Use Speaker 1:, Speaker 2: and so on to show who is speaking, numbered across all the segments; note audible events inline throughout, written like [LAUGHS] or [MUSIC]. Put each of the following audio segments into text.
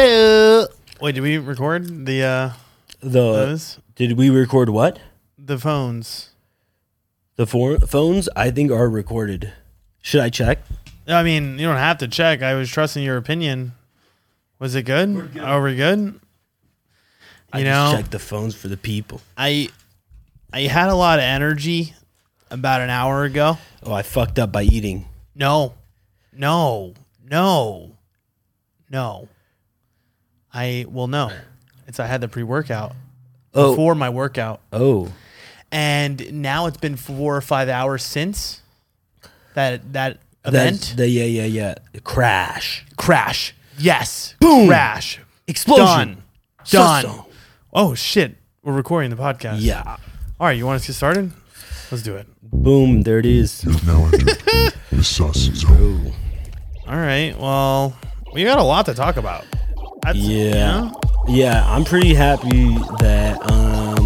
Speaker 1: Yellow.
Speaker 2: Wait, did we record the uh
Speaker 3: The
Speaker 2: those?
Speaker 3: did we record what?
Speaker 2: The phones.
Speaker 3: The four phones I think are recorded. Should I check?
Speaker 2: I mean, you don't have to check. I was trusting your opinion. Was it good? Are we good? You
Speaker 3: I
Speaker 2: know,
Speaker 3: just check the phones for the people.
Speaker 2: I I had a lot of energy about an hour ago.
Speaker 3: Oh, I fucked up by eating.
Speaker 2: No. No. No. No. I well no. It's I had the pre workout
Speaker 3: Oh,
Speaker 2: before my workout.
Speaker 3: oh,
Speaker 2: And now it's been four or five hours since that that event.
Speaker 3: that, that yeah, yeah, yeah. Crash,
Speaker 2: crash. Yes.
Speaker 3: Boom.
Speaker 2: Crash.
Speaker 3: explosion,
Speaker 2: Done.
Speaker 3: Done.
Speaker 2: Oh shit. We're recording the podcast.
Speaker 3: Yeah,
Speaker 2: All right, you want us to get started? Let's do it.
Speaker 3: boom. There it is.
Speaker 4: is now entering the sus zone.
Speaker 2: All right. Well, we got a lot to talk about. That's, you
Speaker 3: Yeah,
Speaker 2: know?
Speaker 3: yeah. I'm pretty happy that um.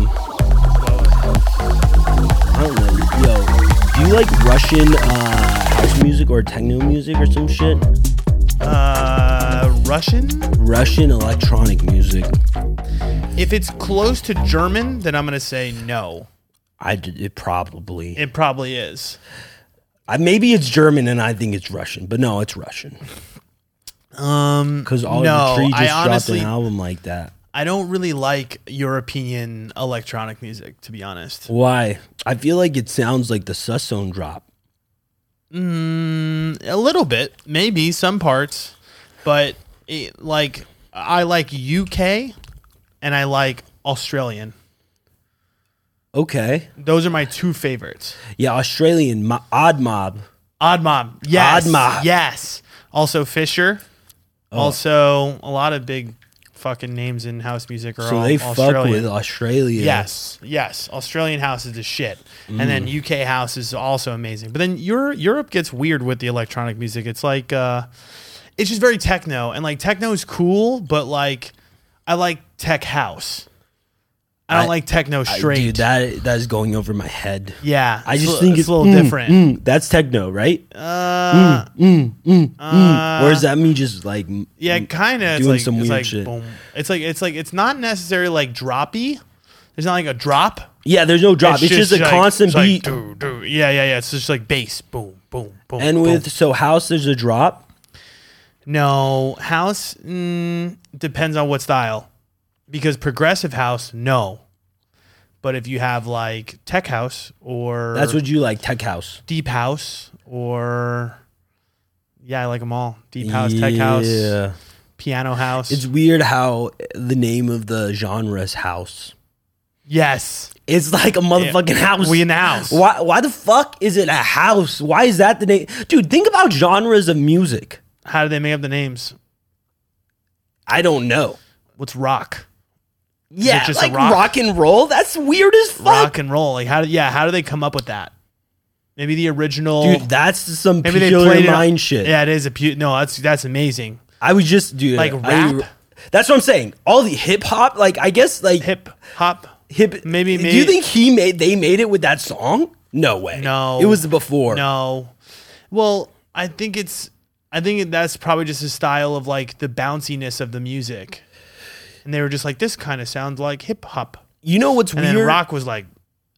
Speaker 3: I don't know. Yo, do you like Russian uh, house music or techno music or some shit?
Speaker 2: Uh, Russian.
Speaker 3: Russian electronic music.
Speaker 2: If it's close to German, then I'm gonna say no.
Speaker 3: I did it probably.
Speaker 2: It probably is.
Speaker 3: I, maybe it's German and I think it's Russian, but no, it's Russian.
Speaker 2: Um,
Speaker 3: Because all
Speaker 2: no,
Speaker 3: the tree just
Speaker 2: I
Speaker 3: dropped
Speaker 2: honestly,
Speaker 3: an album like that.
Speaker 2: I don't really like European electronic music, to be honest.
Speaker 3: Why? I feel like it sounds like the Sussone drop.
Speaker 2: Mm, a little bit, maybe some parts, but it, like I like UK and I like Australian.
Speaker 3: Okay.
Speaker 2: Those are my two favorites.
Speaker 3: Yeah, Australian mo- Odd Mob.
Speaker 2: Odd Mob, yes,
Speaker 3: Odd Mob. Oh.
Speaker 2: yes. Also Fisher, also a lot of big fucking names in house music are
Speaker 3: So
Speaker 2: all
Speaker 3: they fuck
Speaker 2: Australian.
Speaker 3: with Australia.
Speaker 2: Yes, yes. Australian house is the shit, and then
Speaker 3: Mm.
Speaker 2: UK house is also amazing. But then Europe, Europe gets weird with the electronic music. It's like uh, it's just very techno, and like techno is cool, but like I like tech house. I don't
Speaker 3: I-
Speaker 2: like techno
Speaker 3: I-
Speaker 2: straight.
Speaker 3: Dude, that that is going over my head.
Speaker 2: yeah,
Speaker 3: I just
Speaker 2: a-
Speaker 3: think
Speaker 2: it's a little
Speaker 3: mm,
Speaker 2: different.
Speaker 3: mm, that's techno, right? Mm,
Speaker 2: Uh,
Speaker 3: or is that me just like m-
Speaker 2: yeah,
Speaker 3: m-
Speaker 2: kind of. It's
Speaker 3: doing
Speaker 2: like
Speaker 3: some
Speaker 2: it's
Speaker 3: weird
Speaker 2: like
Speaker 3: shit?
Speaker 2: boom. It's like it's like it's not necessarily like droppy. There's not like a drop.
Speaker 3: Yeah, there's no drop. It's, just, a
Speaker 2: like-
Speaker 3: constant
Speaker 2: it's like
Speaker 3: beat.
Speaker 2: doo, doo. Yeah, yeah, yeah. It's just like bass. Boom, boom, boom.
Speaker 3: and
Speaker 2: boom.
Speaker 3: with so house, there's a drop.
Speaker 2: No, house mm, depends on what style. Because progressive house, no. But if you have like tech house or
Speaker 3: That's what you like, tech house.
Speaker 2: deep house or yeah, I like them all. Deep house, tech house,
Speaker 3: Yeah.
Speaker 2: piano house.
Speaker 3: It's weird how the name of the genre is house.
Speaker 2: yes,
Speaker 3: It's like a motherfucking house.
Speaker 2: we in the house.
Speaker 3: Why? Why the fuck is it a house? Why is that the name? Dude, think about genres of music.
Speaker 2: How do they make up the names?
Speaker 3: I don't know.
Speaker 2: What's rock,
Speaker 3: Yeah,
Speaker 2: just a
Speaker 3: like
Speaker 2: rock?
Speaker 3: rock? and roll. That's weird as fuck,
Speaker 2: rock and roll? Like how? do- Yeah, how do they come up with that? Maybe the original.
Speaker 3: dude. That's some
Speaker 2: maybe they
Speaker 3: peculiar
Speaker 2: played it on-
Speaker 3: mind shit.
Speaker 2: Yeah, it is a pu- no. That's that's amazing.
Speaker 3: I was just dude
Speaker 2: Like
Speaker 3: I-
Speaker 2: rap?
Speaker 3: that's what I'm saying. All the hip hop, like I guess, like
Speaker 2: Hip hop.
Speaker 3: hip.
Speaker 2: maybe-
Speaker 3: Do
Speaker 2: maybe-
Speaker 3: you think he made? They made it with that song? No way.
Speaker 2: No.
Speaker 3: it was before.
Speaker 2: No. Well, I think it's I think that's probably just a style of like the bounciness of the music. And they were just like this kind of sounds like hip hop.
Speaker 3: You know what's
Speaker 2: And
Speaker 3: weird?
Speaker 2: then rock was like,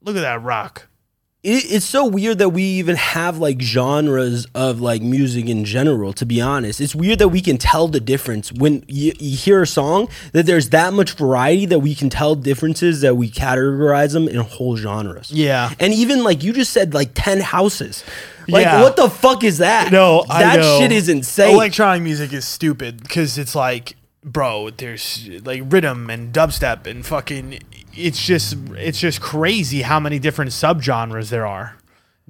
Speaker 2: look at that rock.
Speaker 3: it, it's so weird that we even have like genres of like music in general to be honest it's weird that we can tell the difference when you, you hear a song that there's that much variety that we can tell differences that we categorize them in whole genres
Speaker 2: Yeah.
Speaker 3: and even like you just said like 10 houses like
Speaker 2: Yeah.
Speaker 3: what the fuck is that that shit is insane
Speaker 2: Electronic music is stupid because it's like, bro, there's like rhythm and dubstep and fucking. It's just it's just crazy how many different subgenres there are.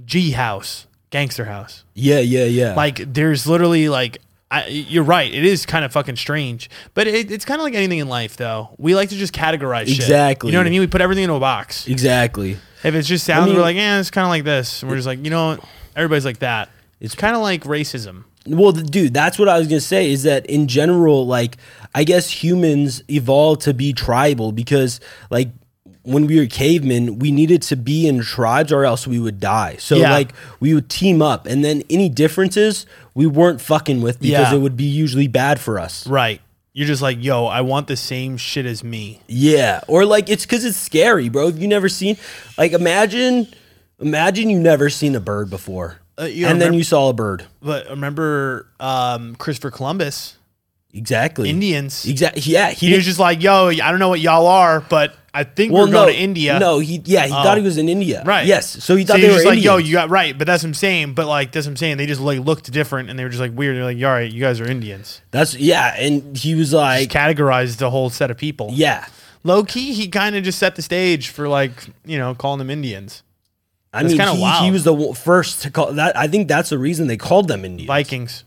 Speaker 2: G house, gangster house,
Speaker 3: yeah yeah yeah
Speaker 2: Like there's literally like I, you're right. It is kind of fucking strange, but it, it's kind of like anything in life, though. We like to just categorize shit.
Speaker 3: Exactly.
Speaker 2: You know what I mean? We put everything into a box.
Speaker 3: exactly
Speaker 2: If it's just sounds,
Speaker 3: mean-
Speaker 2: we're like, yeah, it's kind of like this. And we're just like, you know, what? everybody's like that. It's kind of like racism.
Speaker 3: Well, th- dude, that's what I was gonna say. Is that in general, like, I guess humans evolved to be tribal because, like, when we were cavemen, we needed to be in tribes or else we would die. So,
Speaker 2: Yeah.
Speaker 3: like, we would team up, and then any differences we weren't fucking with because
Speaker 2: Yeah.
Speaker 3: it would be usually bad for us.
Speaker 2: Right. You're just like, yo, I want the same shit as me.
Speaker 3: Yeah, or like it's because it's scary, bro. If you never seen, like, imagine, imagine you never seen a bird before,
Speaker 2: Uh,
Speaker 3: and
Speaker 2: you
Speaker 3: then
Speaker 2: remem-
Speaker 3: you saw a bird.
Speaker 2: But remember um, Christopher Columbus,
Speaker 3: Exactly.
Speaker 2: Indians.
Speaker 3: Exactly. Yeah,
Speaker 2: He was
Speaker 3: didn't-
Speaker 2: just like, yo, I don't know what y'all are, but I think we're going to India. Oh.
Speaker 3: No, he yeah, he thought he was in India.
Speaker 2: Right.
Speaker 3: Yes. So he thought
Speaker 2: you're
Speaker 3: they were
Speaker 2: just like, yo,
Speaker 3: Indians.
Speaker 2: you got right, but that's what I'm saying. But like that's what I'm saying. They just like looked different and they were just like weird. They're like, all right, you guys are Indians.
Speaker 3: That's yeah, and he was
Speaker 2: He
Speaker 3: like,
Speaker 2: categorized the whole set of people.
Speaker 3: yeah.
Speaker 2: Low key, he kind of just set the stage for like, you know, calling them Indians.
Speaker 3: I
Speaker 2: That's
Speaker 3: mean,
Speaker 2: kinda
Speaker 3: he,
Speaker 2: wild.
Speaker 3: he was the one- first to call that. I think that's the reason they called them Indians.
Speaker 2: Vikings.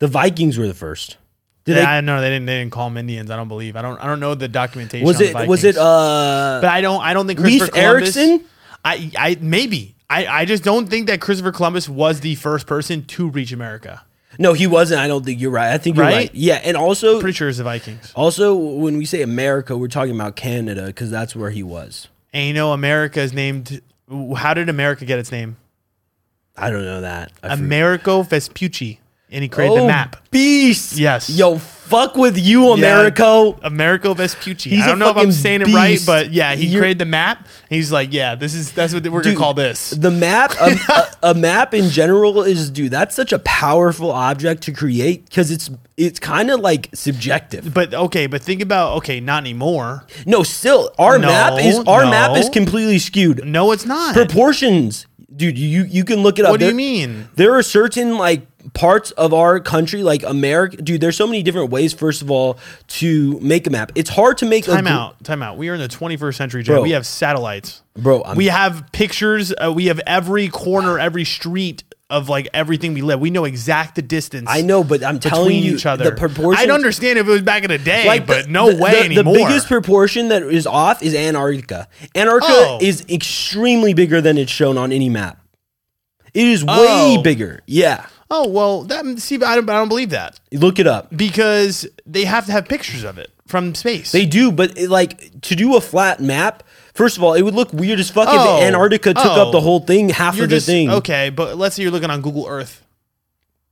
Speaker 3: the Vikings were the first. Did
Speaker 2: yeah, I know they didn't they didn't call them Indians, I don't believe. I don't I don't know the documentation.
Speaker 3: they, was
Speaker 2: on
Speaker 3: it was
Speaker 2: Vikings.
Speaker 3: it uh
Speaker 2: but I don't I don't think
Speaker 3: Leif
Speaker 2: Christopher Columbus
Speaker 3: Erikson?
Speaker 2: I I maybe. I, I just don't think that Christopher Columbus was the first person to reach America.
Speaker 3: no he wasn't. I don't think you're right. I think you're right.
Speaker 2: Right?
Speaker 3: Yeah, and also
Speaker 2: Pretty sure it's the Vikings.
Speaker 3: also when we say America, we're talking about Canada because that's where he was.
Speaker 2: And you know America is named how did America get its name?
Speaker 3: I don't know that. I forget.
Speaker 2: Americo Vespucci, and he created
Speaker 3: Oh,
Speaker 2: the map.
Speaker 3: Beast.
Speaker 2: Yes.
Speaker 3: Yo, fuck with you, America.
Speaker 2: Americo Vespucci.
Speaker 3: He's
Speaker 2: I
Speaker 3: a
Speaker 2: don't know if
Speaker 3: fucking
Speaker 2: I'm saying it right,
Speaker 3: beast.
Speaker 2: but yeah, he
Speaker 3: You're-
Speaker 2: created the map. He's like, yeah, this is that's what we're
Speaker 3: Dude,
Speaker 2: gonna call this.
Speaker 3: The map, a, a, a map in general is, dude, that's such a powerful object to create because it's it's kind of like subjective.
Speaker 2: But okay, but think about okay, not anymore.
Speaker 3: No, still, our
Speaker 2: No,
Speaker 3: map is our map is
Speaker 2: no.
Speaker 3: completely skewed.
Speaker 2: No, it's not.
Speaker 3: Proportions, dude, you you can look it up.
Speaker 2: what do
Speaker 3: There-
Speaker 2: you mean?
Speaker 3: There are certain like parts of our country, like America, dude. There's so many different ways. First of all, to make a map, it's hard to make a
Speaker 2: Time
Speaker 3: gr-
Speaker 2: out. Time out. We are in the 21st century, Jay.
Speaker 3: Bro.
Speaker 2: We have satellites,
Speaker 3: Bro, I'm-
Speaker 2: we have pictures. Uh, we have every corner, every street of like everything we live. We know exact the distance.
Speaker 3: I know, but I'm telling
Speaker 2: between
Speaker 3: you,
Speaker 2: each other.
Speaker 3: the proportions.
Speaker 2: I'd understand if it was back in the day,
Speaker 3: the-
Speaker 2: but no
Speaker 3: the-
Speaker 2: way
Speaker 3: the,
Speaker 2: anymore.
Speaker 3: The biggest proportion that is off is Antarctica. Antarctica
Speaker 2: Oh.
Speaker 3: is extremely bigger than it's shown on any map. It is way
Speaker 2: Oh.
Speaker 3: bigger. Yeah,
Speaker 2: oh well, that see, I don't, I don't believe that
Speaker 3: look it up.
Speaker 2: because they have to have pictures of it from space.
Speaker 3: They do, but it, like to do a flat map. First of all, it would look weird as fuck
Speaker 2: Oh.
Speaker 3: if Antarctica took
Speaker 2: Oh.
Speaker 3: up the whole thing, half
Speaker 2: you're
Speaker 3: of the
Speaker 2: just
Speaker 3: thing.
Speaker 2: okay, but let's say you're looking on Google Earth.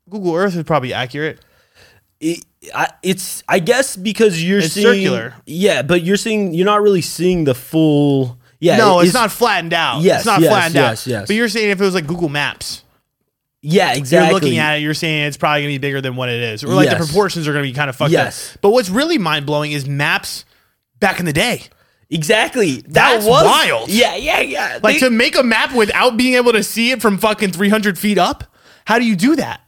Speaker 2: Google Earth is probably accurate.
Speaker 3: It, I, it's I guess because you're
Speaker 2: It's
Speaker 3: seeing
Speaker 2: circular.
Speaker 3: Yeah, but you're seeing you're not really seeing the full. Yeah,
Speaker 2: no,
Speaker 3: it-
Speaker 2: it's, not flattened out.
Speaker 3: Yes,
Speaker 2: it's not
Speaker 3: yes,
Speaker 2: flattened
Speaker 3: yes,
Speaker 2: out.
Speaker 3: yes.
Speaker 2: But you're saying if it was like Google Maps,
Speaker 3: Yeah, exactly.
Speaker 2: you're looking at it, you're saying it's probably gonna be bigger than what it is, or like the
Speaker 3: Yes.
Speaker 2: proportions are gonna be kind of fucked
Speaker 3: Yes.
Speaker 2: up. But what's really mind blowing is maps back in the day.
Speaker 3: Exactly. That
Speaker 2: That's
Speaker 3: was
Speaker 2: wild.
Speaker 3: Yeah, yeah, yeah.
Speaker 2: Like
Speaker 3: They-
Speaker 2: to make a map without being able to see it from fucking 300 feet up? How do you do that?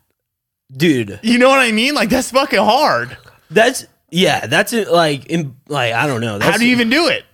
Speaker 3: dude.
Speaker 2: You know what I mean? Like that's fucking hard.
Speaker 3: That's yeah. That's it, like in, like I don't know. That's,
Speaker 2: How do you even do it?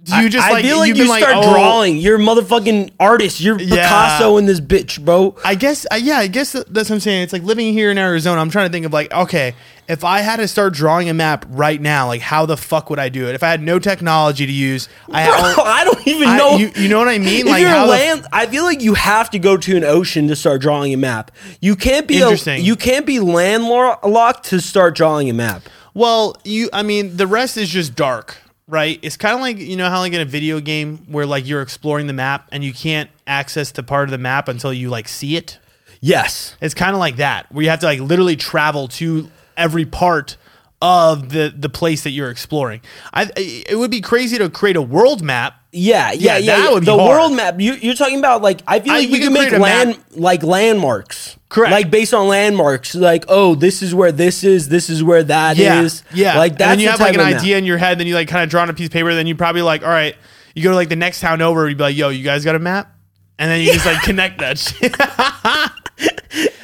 Speaker 2: Do you just
Speaker 3: I
Speaker 2: like,
Speaker 3: feel like
Speaker 2: you've
Speaker 3: you
Speaker 2: been
Speaker 3: start
Speaker 2: oh,
Speaker 3: drawing. You're a motherfucking artist. You're
Speaker 2: Yeah.
Speaker 3: Picasso in this bitch, bro.
Speaker 2: I guess I, yeah, I guess that- that's what I'm saying. It's like living here in Arizona. I'm trying to think of like, okay, if I had to start drawing a map right now, like how the fuck would I do it? If I had no technology to use, I
Speaker 3: Bro,
Speaker 2: had,
Speaker 3: I don't even
Speaker 2: I-
Speaker 3: know.
Speaker 2: you- you know what I mean?
Speaker 3: If
Speaker 2: Like,
Speaker 3: you're
Speaker 2: how the-
Speaker 3: land, I feel like you have to go to an ocean to start drawing a map. You can't be a,
Speaker 2: Interesting.
Speaker 3: you can't be landlocked to start drawing a map.
Speaker 2: Well, you, I mean, the rest is just dark, right? It's kind of like you know how like in a video game where like you're exploring the map and you can't access the part of the map until you like see it.
Speaker 3: Yes.
Speaker 2: It's kind of like that where you have to like literally travel to every part of the the place that you're exploring. I it would be crazy to create a world map.
Speaker 3: Yeah, yeah, yeah.
Speaker 2: Yeah, that
Speaker 3: yeah.
Speaker 2: would be
Speaker 3: the
Speaker 2: hard.
Speaker 3: world map. You, you're talking about like I feel
Speaker 2: I-
Speaker 3: like
Speaker 2: we
Speaker 3: you can
Speaker 2: could
Speaker 3: make
Speaker 2: create a
Speaker 3: land
Speaker 2: map.
Speaker 3: like landmarks.
Speaker 2: Correct.
Speaker 3: Like based on landmarks, like oh, this is where this is, this is where that is.
Speaker 2: Yeah, yeah.
Speaker 3: Like
Speaker 2: and
Speaker 3: that's
Speaker 2: then you
Speaker 3: the
Speaker 2: have like
Speaker 3: type
Speaker 2: an
Speaker 3: of map.
Speaker 2: idea in your head, then you like kind of draw on a piece of paper. Then you probably like, all right, you go to like the next town over, you'd be like, yo, you guys got a map, and then you just [LAUGHS] like connect that shit.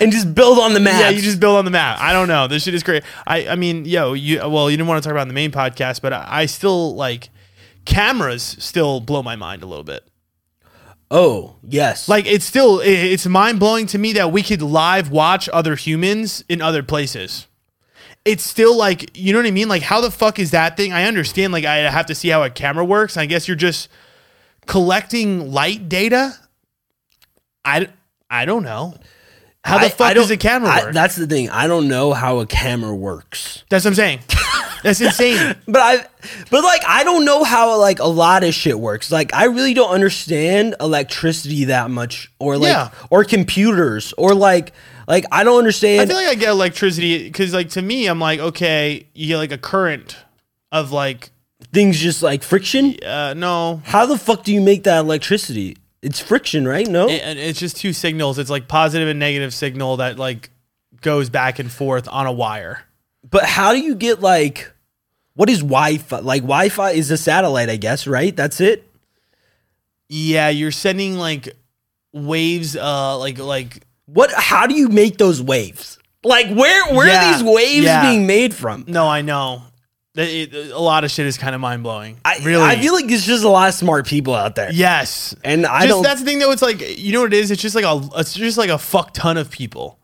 Speaker 3: and just build on the map.
Speaker 2: Yeah, you just build on the map. I don't know. This shit is great. I, I mean, yo, you well, you didn't want to talk about it in the main podcast, but I, I still like cameras still blow my mind a little bit.
Speaker 3: oh yes,
Speaker 2: Like it's still i- it's mind blowing to me that we could live watch other humans in other places. It's still like you know what I mean. Like how the fuck is that thing? I understand. Like I have to see how a camera works. I guess you're just collecting light data. I d- I don't know. How the
Speaker 3: I-
Speaker 2: fuck
Speaker 3: I
Speaker 2: does
Speaker 3: don't-
Speaker 2: a camera
Speaker 3: I-
Speaker 2: work?
Speaker 3: that's the thing. I don't know how a camera works,
Speaker 2: That's what I'm saying.
Speaker 3: [LAUGHS]
Speaker 2: That's insane.
Speaker 3: but I, but like I don't know how like a lot of shit works. Like I really don't understand electricity that much, or like
Speaker 2: Yeah.
Speaker 3: or computers, or like Like I don't understand.
Speaker 2: I feel like I get electricity because, like, to me, I'm like, okay, you get like a current of like,
Speaker 3: things just like friction.
Speaker 2: uh, no,
Speaker 3: How the fuck do you make that electricity? It's friction, right? No.
Speaker 2: It- and it's just two signals. It's like positive and negative signal that like goes back and forth on a wire.
Speaker 3: but how do you get like what is Wi-Fi? Like Wi-Fi is a satellite, I guess, right? That's it.
Speaker 2: Yeah, you're sending like waves, uh, like like
Speaker 3: What? How do you make those waves? Like where? Where
Speaker 2: Yeah,
Speaker 3: are these waves
Speaker 2: yeah.
Speaker 3: being made from?
Speaker 2: No, I know. That it- a lot of shit is kind of mind blowing.
Speaker 3: I
Speaker 2: really,
Speaker 3: I feel like there's just a lot of smart people out there,
Speaker 2: yes.
Speaker 3: and I
Speaker 2: Just,
Speaker 3: don't.
Speaker 2: that's the thing though. It's like you know what it is. It's just like a it's just like a fuck ton of people.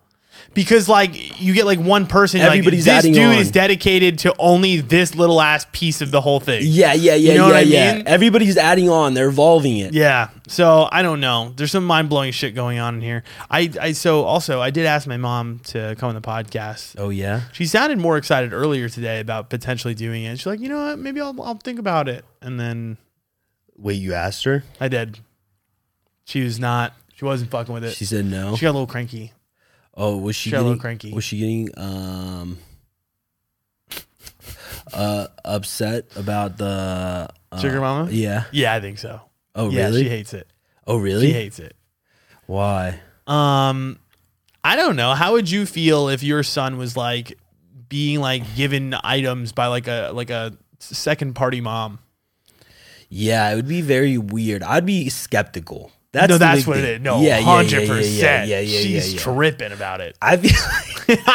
Speaker 2: Because like you get like one person, you're
Speaker 3: Everybody's
Speaker 2: like,
Speaker 3: adding
Speaker 2: this dude
Speaker 3: on.
Speaker 2: is dedicated to only this little ass piece of the whole thing.
Speaker 3: yeah, yeah, yeah,
Speaker 2: You know
Speaker 3: yeah,
Speaker 2: what I
Speaker 3: yeah.
Speaker 2: mean?
Speaker 3: Everybody's adding on. They're evolving it.
Speaker 2: Yeah. So I don't know. There's some mind blowing shit going on in here. I, I so also I did ask my mom to come on the podcast.
Speaker 3: Oh yeah.
Speaker 2: She sounded more excited earlier today about potentially doing it. She's like, you know what? Maybe I'll I'll think about it. And then
Speaker 3: Wait, you asked her?
Speaker 2: I did. She was not. She wasn't fucking with it.
Speaker 3: She said no.
Speaker 2: she got a little cranky.
Speaker 3: Oh, was she
Speaker 2: She got a little
Speaker 3: getting,
Speaker 2: cranky.
Speaker 3: Was she getting um [LAUGHS] uh upset about the uh,
Speaker 2: Sugar mama?
Speaker 3: Yeah.
Speaker 2: Yeah, I think so.
Speaker 3: Oh
Speaker 2: yeah,
Speaker 3: really?
Speaker 2: she hates it.
Speaker 3: oh
Speaker 2: She
Speaker 3: really?
Speaker 2: hates it.
Speaker 3: Why?
Speaker 2: Um, I don't know. How would you feel if your son was like being like given items by like a like a second party mom?
Speaker 3: Yeah, it would be very weird. I'd be skeptical. That's
Speaker 2: no,
Speaker 3: the
Speaker 2: that's
Speaker 3: big
Speaker 2: what
Speaker 3: thing.
Speaker 2: it is. No,
Speaker 3: Yeah, yeah, yeah, yeah,
Speaker 2: hundred percent.
Speaker 3: Yeah, yeah, yeah. yeah,
Speaker 2: She's
Speaker 3: yeah.
Speaker 2: tripping about it.
Speaker 3: I feel like, [LAUGHS]
Speaker 2: [LAUGHS]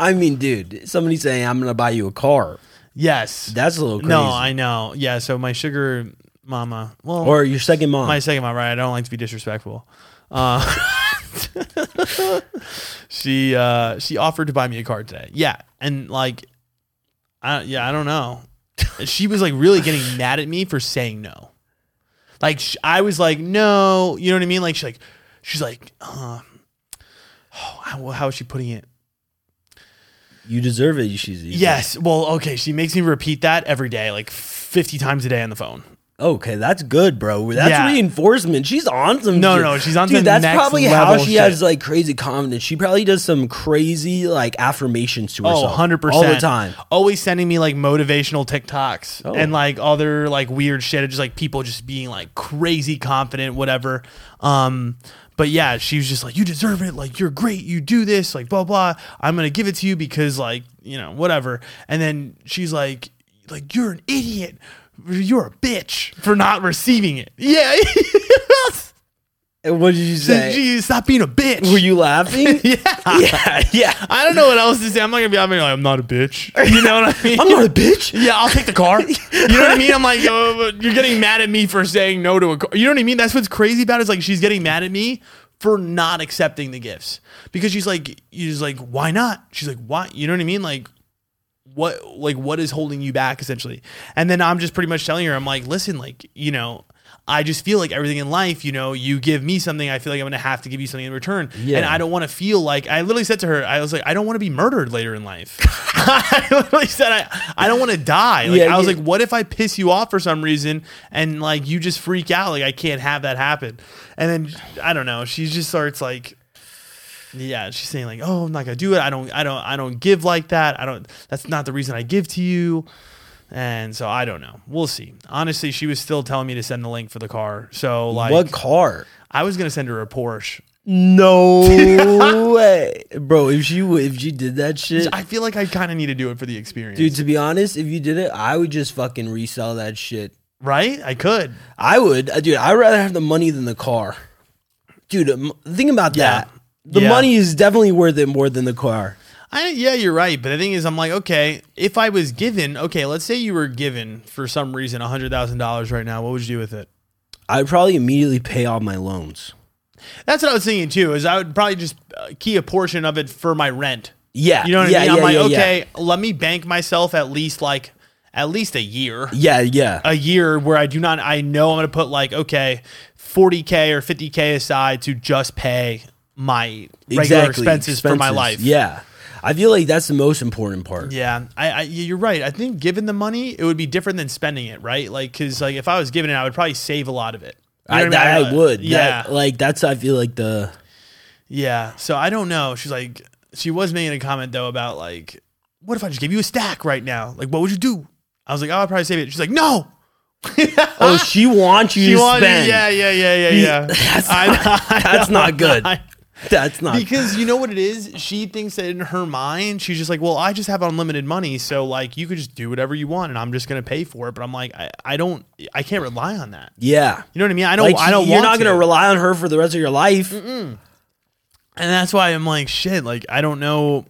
Speaker 3: I mean, dude, somebody saying I'm gonna buy you a car.
Speaker 2: Yes.
Speaker 3: That's a little crazy.
Speaker 2: no, I know. Yeah. So my sugar mama. Well,
Speaker 3: or your second mom.
Speaker 2: my second mom, right? I don't like to be disrespectful. Uh, [LAUGHS] she uh, she offered to buy me a car today. Yeah, and like, I yeah, I don't know. She was like really
Speaker 3: [SIGHS]
Speaker 2: getting mad at me for saying no. Like sh- I was like no, you know what I mean? Like she's like she's like um, oh, how, how is she putting it?
Speaker 3: you deserve it. She's
Speaker 2: Yes. Well, okay. She makes me repeat that every day, like fifty times a day on the phone.
Speaker 3: Okay, that's good, bro. That's
Speaker 2: Yeah.
Speaker 3: reinforcement. She's on some.
Speaker 2: No,
Speaker 3: shit.
Speaker 2: no, she's on
Speaker 3: Dude,
Speaker 2: some
Speaker 3: that's
Speaker 2: next
Speaker 3: probably how
Speaker 2: level
Speaker 3: she
Speaker 2: shit.
Speaker 3: has like crazy confidence. She probably does some crazy like affirmations to herself.
Speaker 2: Oh, 100%.
Speaker 3: all the time.
Speaker 2: Always sending me like motivational TikToks
Speaker 3: Oh.
Speaker 2: and like other like weird shit. It's Just like people just being like crazy confident, whatever. Um, but yeah, she was just like, you deserve it. Like, you're great. You do this. Like, blah, blah. I'm going to give it to you because, like, you know, whatever. And then she's like, like, you're an idiot. You're a bitch for not receiving it. Yeah. [LAUGHS]
Speaker 3: And what did you say?
Speaker 2: Jeez, stop being a bitch.
Speaker 3: Were you laughing?
Speaker 2: [LAUGHS] yeah.
Speaker 3: [LAUGHS] yeah, yeah.
Speaker 2: I don't know what else to say. I'm not going to be, I'm gonna be like, I'm not a bitch. You know [LAUGHS] what I mean?
Speaker 3: I'm not a bitch.
Speaker 2: Yeah, I'll take the [LAUGHS] car. You know what I mean? I'm [LAUGHS] like, oh, you're getting mad at me for saying no to a car. You know what I mean? That's what's crazy about it is like she's getting mad at me for not accepting the gifts because she's like, she's like, why not? She's like, why? You know what I mean? Like, what, like, what is holding you back essentially? And then I'm just pretty much telling her, I'm like, listen, like, you know. I just feel like everything in life, you know, you give me something, I feel like I'm gonna have to give you something in return.
Speaker 3: Yeah.
Speaker 2: And I don't wanna feel like, I literally said to her, I was like, I don't wanna be murdered later in life. [LAUGHS] I literally said, I, I don't wanna die. Like,
Speaker 3: Yeah,
Speaker 2: I was
Speaker 3: yeah.
Speaker 2: like, what if I piss you off for some reason and like you just freak out? Like I can't have that happen. And then I don't know. She just starts like, yeah, she's saying like, oh, I'm not gonna do it. I don't, I don't, I don't give like that. I don't. That's not the reason I give to you. And so I don't know. We'll see. Honestly, she was still telling me to send the link for the car. So like,
Speaker 3: what car?
Speaker 2: I was gonna send her a Porsche.
Speaker 3: No [LAUGHS] way, bro. If she would- if she did that shit,
Speaker 2: I feel like I kind of need to do it for the experience,
Speaker 3: dude. To be honest, if you did it, I would just fucking resell that shit.
Speaker 2: Right? I could.
Speaker 3: I would, uh, dude. I'd rather have the money than the car, dude. um, Think about
Speaker 2: Yeah.
Speaker 3: that. The
Speaker 2: Yeah.
Speaker 3: money is definitely worth it more than the car.
Speaker 2: I, yeah, you're right. But the thing is, I'm like, okay, if I was given, okay, let's say you were given for some reason hundred thousand dollars right now, what would you do with it?
Speaker 3: I'd probably immediately pay all my loans.
Speaker 2: That's what I was thinking too. Is I would probably just uh, key a portion of it for my rent.
Speaker 3: Yeah,
Speaker 2: You know what
Speaker 3: yeah,
Speaker 2: I mean?
Speaker 3: Yeah,
Speaker 2: I'm like,
Speaker 3: yeah,
Speaker 2: okay, let me bank myself at least like at least a year,
Speaker 3: yeah, yeah, yeah.
Speaker 2: a year where I do not. I know I'm going to put like okay, forty k or fifty k aside to just pay my regular
Speaker 3: Exactly,
Speaker 2: expenses, for my
Speaker 3: expenses.
Speaker 2: life.
Speaker 3: Yeah, I feel like that's the most important part.
Speaker 2: Yeah, I, I you're right. I think given the money, it would be different than spending it, right? Like, cause like if I was given it, I would probably save a lot of it. You know
Speaker 3: I,
Speaker 2: what mean? Uh,
Speaker 3: that I, would.
Speaker 2: Yeah, [LAUGHS]
Speaker 3: That- like that's I feel like the
Speaker 2: Yeah. So I don't know. She's like, she was making a comment though about like, what if I just gave you a stack right now? Like, what would you do? I was like, oh, I'd probably save it. She's like,
Speaker 3: [LAUGHS]
Speaker 2: no.
Speaker 3: Oh, she wants you
Speaker 2: She
Speaker 3: to
Speaker 2: wanted-
Speaker 3: spend.
Speaker 2: yeah, yeah, yeah, yeah, yeah.
Speaker 3: That's
Speaker 2: I- I
Speaker 3: [LAUGHS] That's
Speaker 2: know.
Speaker 3: not good.
Speaker 2: I-
Speaker 3: That's not.
Speaker 2: [LAUGHS] because you know what it is she thinks that in her mind she's just like well i just have unlimited money so like you could just do whatever you want and i'm just gonna pay for it but i'm like i, I don't i can't rely on that
Speaker 3: yeah.
Speaker 2: you know what i mean i don't
Speaker 3: Like,
Speaker 2: i don't
Speaker 3: you're
Speaker 2: want
Speaker 3: not going
Speaker 2: to.
Speaker 3: to rely on her for the rest of your life.
Speaker 2: and that's why i'm like shit like i don't know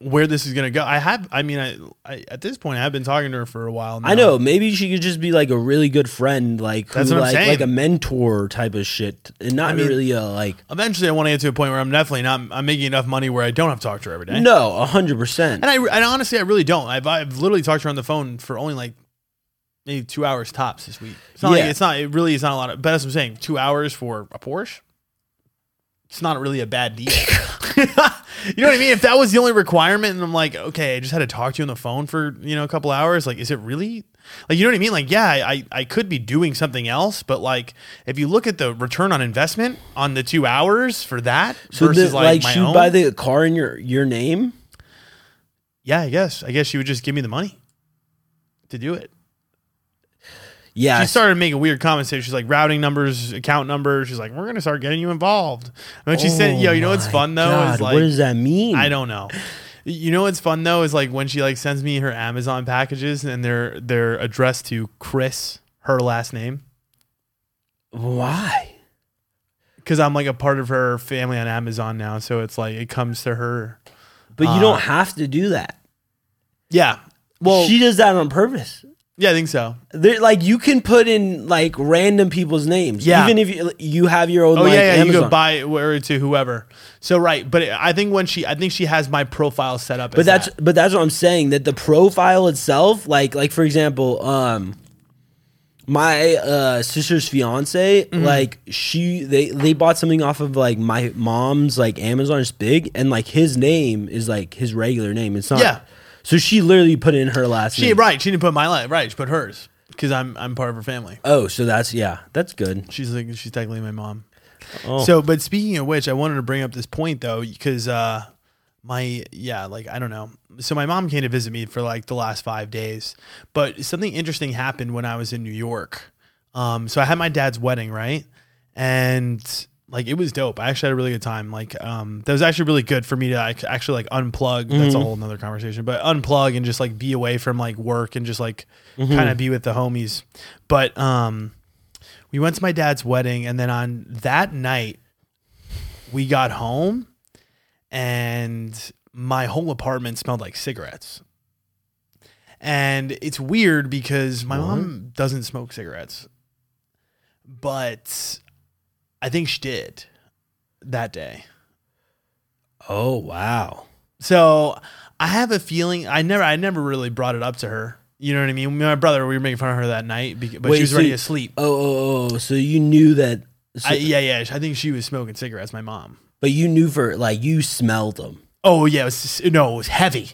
Speaker 2: where this is gonna go i have i mean i, I at this point i've been talking to her for a while now.
Speaker 3: I know. Maybe she could just be like a really good friend, like who,
Speaker 2: That's what I'm
Speaker 3: like,
Speaker 2: saying.
Speaker 3: like a mentor type of shit, and not
Speaker 2: mean-
Speaker 3: really a like.
Speaker 2: eventually i want to get to a point where i'm definitely not i'm making enough money where i don't have to talk to her every day
Speaker 3: No, hundred percent.
Speaker 2: and i and honestly i really don't i've i've literally talked to her on the phone for only like maybe two hours tops this week it's not
Speaker 3: Yeah.
Speaker 2: like it's not it really is not a lot of but that's what i'm saying two hours for a porsche it's not really a bad
Speaker 3: [LAUGHS]
Speaker 2: deal you know what i mean if that was the only requirement and i'm like okay i just had to talk to you on the phone for you know a couple hours like is it really like you know what i mean like yeah I, I i could be doing something else but like if you look at the return on investment on the two hours for that
Speaker 3: So
Speaker 2: versus
Speaker 3: the,
Speaker 2: like,
Speaker 3: like,
Speaker 2: my
Speaker 3: she
Speaker 2: own,
Speaker 3: would buy the car in your your name.
Speaker 2: Yeah, I guess. I guess she would just give me the money to do it.
Speaker 3: Yeah,
Speaker 2: She started making weird comments. She's like routing numbers, account numbers. She's like, we're gonna start getting you involved. And when she said,
Speaker 3: Oh
Speaker 2: "Yo, you know what's
Speaker 3: my
Speaker 2: fun though?"
Speaker 3: God,
Speaker 2: is like,
Speaker 3: what does that mean?
Speaker 2: I don't know. You know what's fun though is like when she like sends me her Amazon packages and they're they're addressed to Chris, her last name,
Speaker 3: Why?
Speaker 2: because I'm like a part of her family on Amazon now. So it's like it comes to her.
Speaker 3: But
Speaker 2: Uh,
Speaker 3: you don't have to do that.
Speaker 2: Yeah. Well,
Speaker 3: she does that on purpose.
Speaker 2: yeah, I think so.
Speaker 3: They're, like you can put in like random people's names,
Speaker 2: Yeah.
Speaker 3: even if you, you have your own.
Speaker 2: Oh
Speaker 3: like,
Speaker 2: yeah, yeah. You
Speaker 3: Amazon.
Speaker 2: go buy it where- to whoever. So right, but I think when she, I think she has my profile set up.
Speaker 3: But that's but that's what I'm saying. That the profile itself, like like for example, um, my uh, sister's fiance,
Speaker 2: Mm-hmm.
Speaker 3: like she they they bought something off of like my mom's like Amazon is big, and like his name is like his regular name. It's not.
Speaker 2: Yeah.
Speaker 3: So she literally put in her last
Speaker 2: she
Speaker 3: name.
Speaker 2: right. She didn't put my life right. She put hers because I'm I'm part of her family.
Speaker 3: Oh, so that's yeah, that's good.
Speaker 2: She's like she's technically my mom. So, but speaking of which, I wanted to bring up this point though because uh, my yeah, like I don't know. So my mom came to visit me for like the last five days, but something interesting happened when I was in New York. Um, so I had my dad's wedding right, and like it was dope. I actually had a really good time. Like um, that was actually really good for me to like, actually like unplug. That's a whole nother conversation, but unplug and just like be away from like work and just like
Speaker 3: Mm-hmm.
Speaker 2: kind of be with the homies. But um, we went to my dad's wedding and then on that night we got home and my whole apartment smelled like cigarettes and it's weird because my mom doesn't smoke cigarettes but i think she did that day
Speaker 3: Oh wow.
Speaker 2: so I have a feeling I never I never really brought it up to her. You know what I mean? Me and My brother, we were making fun of her that night, bec- but
Speaker 3: Wait,
Speaker 2: she was
Speaker 3: so
Speaker 2: already
Speaker 3: you-
Speaker 2: asleep.
Speaker 3: Oh, oh, oh, so you knew that. So,
Speaker 2: I, yeah, yeah. I think she was smoking cigarettes. My mom.
Speaker 3: but you knew for like you smelled them.
Speaker 2: Oh yeah, it was, no, it was heavy.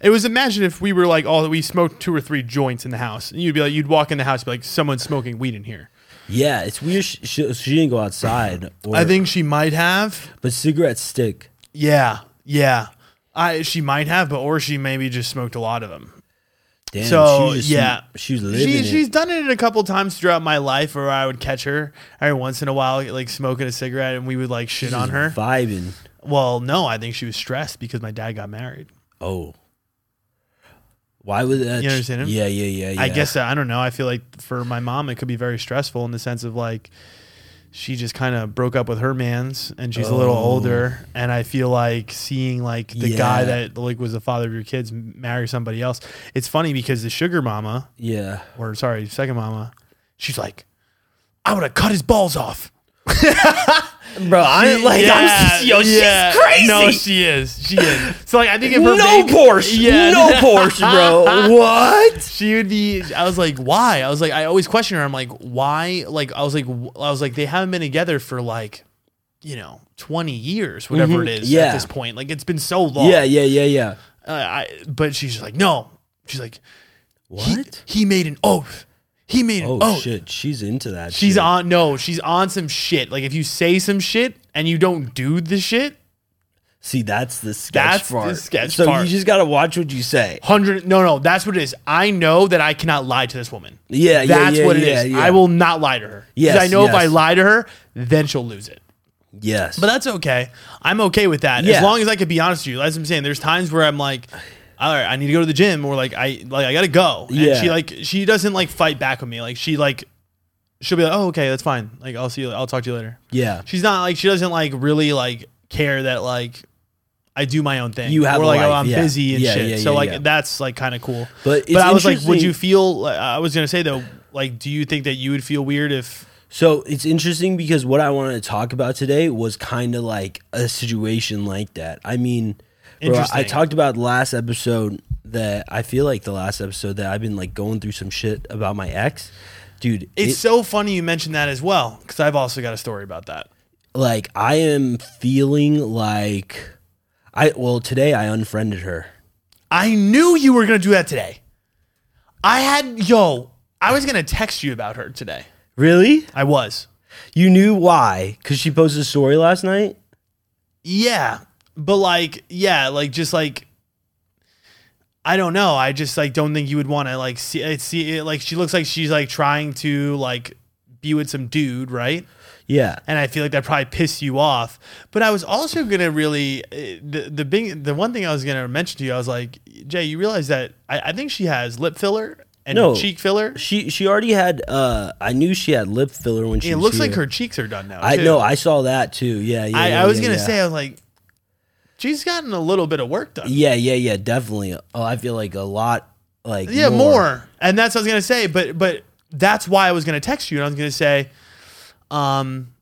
Speaker 2: It was imagine if we were like all we smoked two or three joints in the house, and you'd be like you'd walk in the house, be like someone's smoking weed in here.
Speaker 3: Yeah, it's weird. She, she, she didn't go outside. Or,
Speaker 2: I think she might have.
Speaker 3: But cigarettes stick.
Speaker 2: Yeah, yeah. I she might have, but or she maybe just smoked a lot of them.
Speaker 3: Damn.
Speaker 2: So,
Speaker 3: she was
Speaker 2: yeah.
Speaker 3: she was living.
Speaker 2: She,
Speaker 3: it.
Speaker 2: she's done it a couple times throughout my life where I would catch her every once in a while, like smoking a cigarette, and we would like shit
Speaker 3: She
Speaker 2: on
Speaker 3: was
Speaker 2: her.
Speaker 3: vibing.
Speaker 2: well, no, I think she was stressed because my dad got married.
Speaker 3: Oh, why would that?
Speaker 2: You understand him?
Speaker 3: Yeah, yeah, yeah, yeah.
Speaker 2: I guess, uh, I don't know. I feel like for my mom, it could be very stressful in the sense of like she just kind of broke up with her man's and she's a little
Speaker 3: Oh.
Speaker 2: older. And I feel like seeing like the guy
Speaker 3: Yeah.
Speaker 2: that like was the father of your kids m- marry somebody else. It's funny because the sugar mama,
Speaker 3: Yeah.
Speaker 2: or sorry, second mama, she's like, I would have cut his balls off.
Speaker 3: Bro, I'm like, I'm, yo,
Speaker 2: yeah.
Speaker 3: she's crazy.
Speaker 2: No, she is. She is. So like, I think if her
Speaker 3: no
Speaker 2: bank-
Speaker 3: Porsche.
Speaker 2: Yeah. [LAUGHS]
Speaker 3: No Porsche, bro. What?
Speaker 2: She would be. I was like, why? I was like, I always question her. I'm like, why? Like, I was like, w- I was like, they haven't been together for like, you know, 20 years, whatever
Speaker 3: Mhm.
Speaker 2: it is at
Speaker 3: Yeah.
Speaker 2: this point. Like, it's been so long.
Speaker 3: Yeah, yeah, yeah, yeah.
Speaker 2: Uh, I, but she's just like, no. She's like, he-
Speaker 3: What?
Speaker 2: He, made an oath. He made it.
Speaker 3: Oh,
Speaker 2: Oh,
Speaker 3: shit, she's into that.
Speaker 2: she's
Speaker 3: shit.
Speaker 2: on. No, she's on some shit. Like if you say some shit and you don't do the shit,
Speaker 3: See, that's the sketch
Speaker 2: That's the
Speaker 3: part.
Speaker 2: sketch
Speaker 3: so
Speaker 2: part.
Speaker 3: you just gotta watch what you say.
Speaker 2: hundred. No, no, that's what it is. I know that I cannot lie to this woman.
Speaker 3: Yeah, yeah,
Speaker 2: that's
Speaker 3: yeah,
Speaker 2: what it is.
Speaker 3: yeah, yeah.
Speaker 2: I will not lie to her. 'Cause
Speaker 3: Yes,
Speaker 2: I know if I
Speaker 3: yes.
Speaker 2: lie to her, then she'll lose it.
Speaker 3: Yes,
Speaker 2: But that's okay. I'm okay with that
Speaker 3: Yeah.
Speaker 2: as long as I can be honest with you. As I'm saying, there's times where I'm like, all right, I need to go to the gym, or like I like I gotta go. And
Speaker 3: Yeah.
Speaker 2: she like she doesn't like fight back with me. Like she like she'll be like, oh okay, that's fine. Like I'll see you. I'll talk to you later.
Speaker 3: yeah,
Speaker 2: She's not like she doesn't like really like care that like. I do my own thing.
Speaker 3: You have
Speaker 2: or
Speaker 3: a
Speaker 2: like oh
Speaker 3: life.
Speaker 2: I'm
Speaker 3: Yeah.
Speaker 2: busy and
Speaker 3: Yeah,
Speaker 2: shit.
Speaker 3: yeah,
Speaker 2: so
Speaker 3: yeah,
Speaker 2: like
Speaker 3: yeah.
Speaker 2: that's like kind of cool.
Speaker 3: But it's
Speaker 2: I was like, would
Speaker 3: interesting-
Speaker 2: you feel? I was gonna say though, like, do you think that you would feel weird if?
Speaker 3: So it's interesting because what I wanted to talk about today was kind of like a situation like that. I mean, bro, I
Speaker 2: Interesting.
Speaker 3: talked about last episode that I feel like the last episode that I've been like going through some shit about my ex, dude.
Speaker 2: It's
Speaker 3: it-
Speaker 2: so funny you mentioned that as well because I've also got a story about that.
Speaker 3: like I am feeling like I well today I unfriended her.
Speaker 2: I knew you were gonna do that today. I had yo, I was gonna text you about her today.
Speaker 3: Really?
Speaker 2: I was.
Speaker 3: You knew why? Cuz she posted a story last night?
Speaker 2: Yeah. But like, yeah, like just like I don't know. I just like don't think you would want to like see it see it like she looks like she's like trying to like be with some dude, right?
Speaker 3: Yeah.
Speaker 2: and I feel like that probably pissed you off. But I was also gonna really eh, the the big the one thing I was gonna mention to you, I was like, Jay, you realize that I, I think she has lip filler and
Speaker 3: No.
Speaker 2: cheek filler.
Speaker 3: She she already had uh I knew she had lip filler when she
Speaker 2: It
Speaker 3: was
Speaker 2: looks like
Speaker 3: here.
Speaker 2: her cheeks are done now.
Speaker 3: I
Speaker 2: too.
Speaker 3: know, I saw that too. Yeah, yeah.
Speaker 2: I,
Speaker 3: yeah,
Speaker 2: I was
Speaker 3: yeah,
Speaker 2: gonna
Speaker 3: yeah.
Speaker 2: say, I was like, she's gotten a little bit of work done.
Speaker 3: Yeah, yeah, yeah, definitely. Oh, I feel like a lot like
Speaker 2: Yeah, more. And that's what I was gonna say. But but that's why I was gonna text you and I was gonna say, um,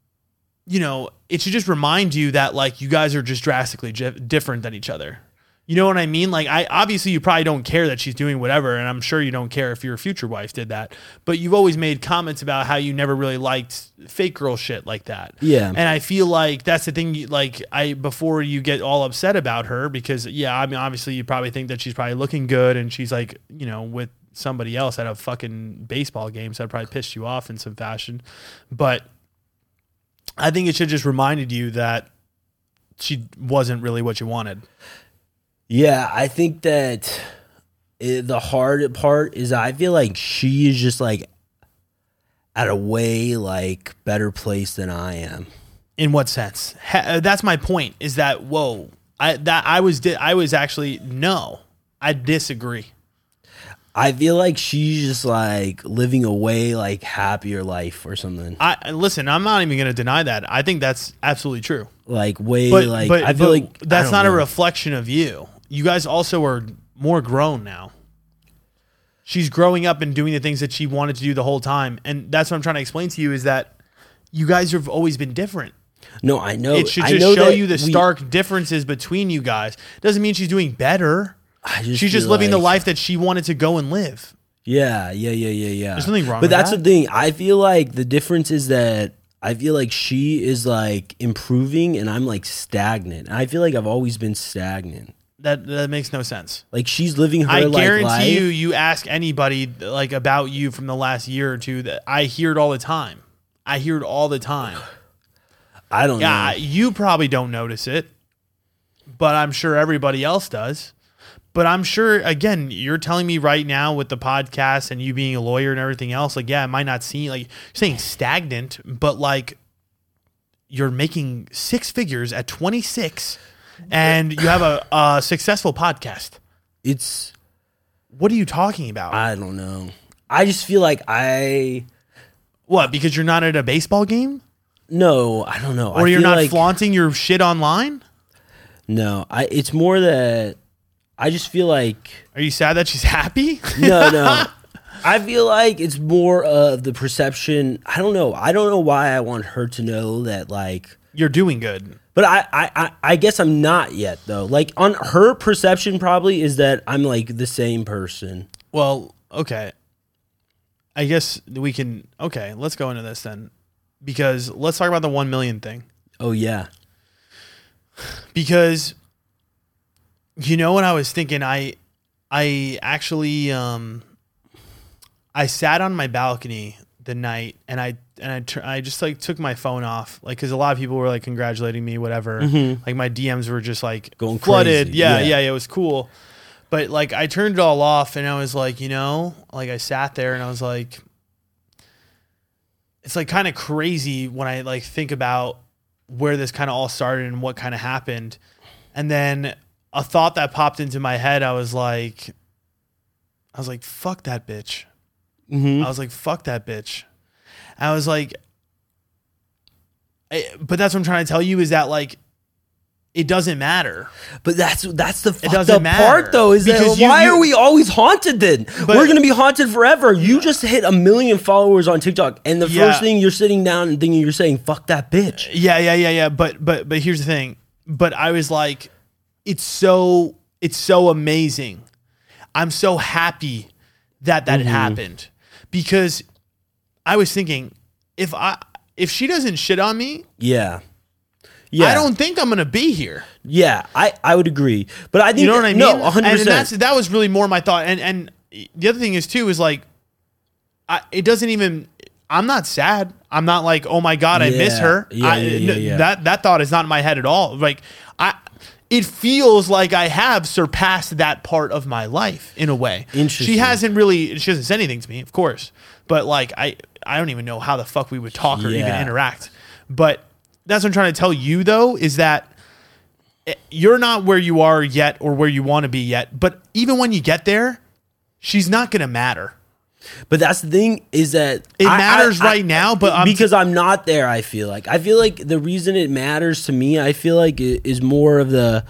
Speaker 2: you know, it should just remind you that like you guys are just drastically j- different than each other. You know what I mean? Like I obviously you probably don't care that she's doing whatever, and I'm sure you don't care if your future wife did that. But you've always made comments about how you never really liked fake girl shit like that.
Speaker 3: Yeah.
Speaker 2: And I feel like that's the thing. You, like I before you get all upset about her because yeah, I mean obviously you probably think that she's probably looking good and she's like you know with somebody else at a fucking baseball game, so that probably pissed you off in some fashion. But I think it should just reminded you that she wasn't really what you wanted.
Speaker 3: Yeah, I think that it, the hard part is I feel like she is just like at a way like better place than I am.
Speaker 2: In what sense? Ha- uh, that's my point. Is that whoa? I that I was di- I was actually no. I disagree.
Speaker 3: I feel like she's just like living a way like happier life or something.
Speaker 2: I listen. I'm not even going to deny that. I think that's absolutely true.
Speaker 3: Like way
Speaker 2: but,
Speaker 3: like
Speaker 2: but,
Speaker 3: I feel
Speaker 2: but
Speaker 3: like I
Speaker 2: that's
Speaker 3: don't
Speaker 2: not a
Speaker 3: know.
Speaker 2: reflection of you. You guys also are more grown now. She's growing up and doing the things that she wanted to do the whole time, and that's what I'm trying to explain to you is that you guys have always been different.
Speaker 3: No, I know.
Speaker 2: It should
Speaker 3: Oh, I
Speaker 2: just
Speaker 3: know
Speaker 2: show
Speaker 3: that
Speaker 2: you the
Speaker 3: we-
Speaker 2: stark differences between you guys. Doesn't mean she's doing better.
Speaker 3: I
Speaker 2: She's just
Speaker 3: feel
Speaker 2: living the
Speaker 3: like-
Speaker 2: life that she wanted to go and live.
Speaker 3: Yeah, yeah, yeah, yeah, yeah. There's
Speaker 2: nothing wrong
Speaker 3: But
Speaker 2: with
Speaker 3: that's
Speaker 2: that.
Speaker 3: the thing. I feel like the difference is that I feel like she is like improving and I'm like stagnant. And I feel like I've always been stagnant.
Speaker 2: That that makes no sense.
Speaker 3: Like she's living her
Speaker 2: I
Speaker 3: like
Speaker 2: guarantee
Speaker 3: life.
Speaker 2: you, you ask anybody like about you from the last year or two that I hear it all the time. I hear it all the time.
Speaker 3: I don't
Speaker 2: Yeah,
Speaker 3: know.
Speaker 2: you probably don't notice it, but I'm sure everybody else does. But I'm sure again, you're telling me right now with the podcast and you being a lawyer and everything else, like, yeah, it might not seem like you're saying stagnant, but like you're making six figures at 26 and you have a, a successful podcast.
Speaker 3: It's
Speaker 2: What are you talking about?
Speaker 3: I don't know. I just feel like I
Speaker 2: What? Because you're not at a baseball game,
Speaker 3: no, I don't know.
Speaker 2: or
Speaker 3: I
Speaker 2: you're
Speaker 3: feel
Speaker 2: not
Speaker 3: like,
Speaker 2: flaunting your shit online?
Speaker 3: No, I it's more that I just feel like
Speaker 2: Are you sad that she's [LAUGHS] happy? [LAUGHS]
Speaker 3: no, no. I feel like it's more of the perception. I don't know. I don't know why I want her to know that, like,
Speaker 2: you're doing good.
Speaker 3: but I, I, I, I guess I'm not yet, though. Like, on her perception, probably is that I'm like the same person.
Speaker 2: Well, okay. I guess we can. Okay, let's go into this then, because let's talk about the one million thing.
Speaker 3: Oh, yeah.
Speaker 2: Because you know what I was thinking. I I actually um I sat on my balcony the night and I and I tur- I just like took my phone off like because a lot of people were like congratulating me whatever like my DMs were just like
Speaker 3: Mm-hmm. Going
Speaker 2: flooded
Speaker 3: crazy.
Speaker 2: Yeah,
Speaker 3: Yeah.
Speaker 2: yeah yeah it was cool but like I turned it all off and I was like you know like I sat there and I was like it's like kind of crazy when I like think about where this kind of all started and what kind of happened and then a thought that popped into my head I was like I was like fuck that bitch
Speaker 3: Mm-hmm.
Speaker 2: I was like, fuck that bitch. I was like, I- but that's what I'm trying to tell you is that like, it doesn't matter.
Speaker 3: But that's that's the fucked
Speaker 2: doesn't
Speaker 3: up part,
Speaker 2: matter.
Speaker 3: though. Is that
Speaker 2: Because you-
Speaker 3: why
Speaker 2: you-
Speaker 3: are we always haunted? Then
Speaker 2: But-
Speaker 3: we're gonna be haunted forever. You just hit a million followers on TikTok, and the
Speaker 2: Yeah.
Speaker 3: first thing you're sitting down and thinking you're saying "fuck that bitch."
Speaker 2: Yeah, yeah, yeah, yeah. But but but here's the thing. But I was like, it's so it's so amazing. I'm so happy that that happened because I was thinking if I if she doesn't shit on me,
Speaker 3: Yeah, yeah.
Speaker 2: I don't think I'm gonna be here.
Speaker 3: Yeah, I I would agree. But I think
Speaker 2: You know what I mean?
Speaker 3: No, one hundred
Speaker 2: And that's
Speaker 3: percent.
Speaker 2: that was really more my thought. And and the other thing is too is like, I, it doesn't even. I'm not sad. I'm not like, oh my god, I miss
Speaker 3: Yeah.
Speaker 2: her.
Speaker 3: Yeah,
Speaker 2: I,
Speaker 3: yeah, yeah,
Speaker 2: n-
Speaker 3: yeah.
Speaker 2: That that thought is not in my head at all. Like I, it feels like I have surpassed that part of my life in a way.
Speaker 3: Interesting.
Speaker 2: She hasn't really. She hasn't said anything to me, of course. But like I, I don't even know how the fuck we would talk or even
Speaker 3: Yeah.
Speaker 2: interact. But that's what I'm trying to tell you though is that eh, you're not where you are yet or where you want to be yet. But even when you get there, she's not going to matter.
Speaker 3: But that's the thing is that
Speaker 2: It
Speaker 3: I- I-
Speaker 2: matters
Speaker 3: I-
Speaker 2: right now, but I'm
Speaker 3: because I'm not there, I feel like I feel like the reason it matters to me, I feel like it is more of the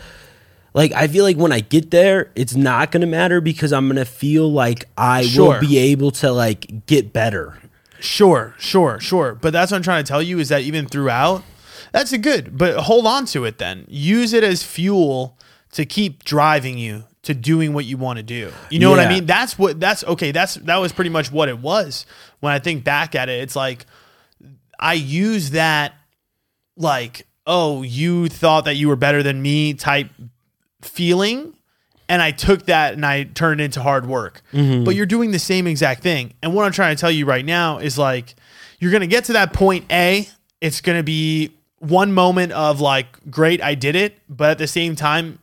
Speaker 3: like I feel like when I get there, it's not gonna matter because I'm gonna feel like I
Speaker 2: Sure.
Speaker 3: will be able to like get better.
Speaker 2: sure, sure, sure. But that's what I'm trying to tell you is that even throughout, that's a good, but hold on to it then. Use it as fuel to keep driving you to doing what you want to do. You know what I
Speaker 3: Yeah.
Speaker 2: mean? That's what that's okay. That's that was pretty much what it was. When I think back at it, it's like I use that like, oh, you thought that you were better than me type feeling. And I took that and I turned it into hard work. But you're doing the same exact thing. And what I'm trying to tell you right now is like, you're going to get to that point A. It's going to be one moment of like, great, I did it. But at the same time,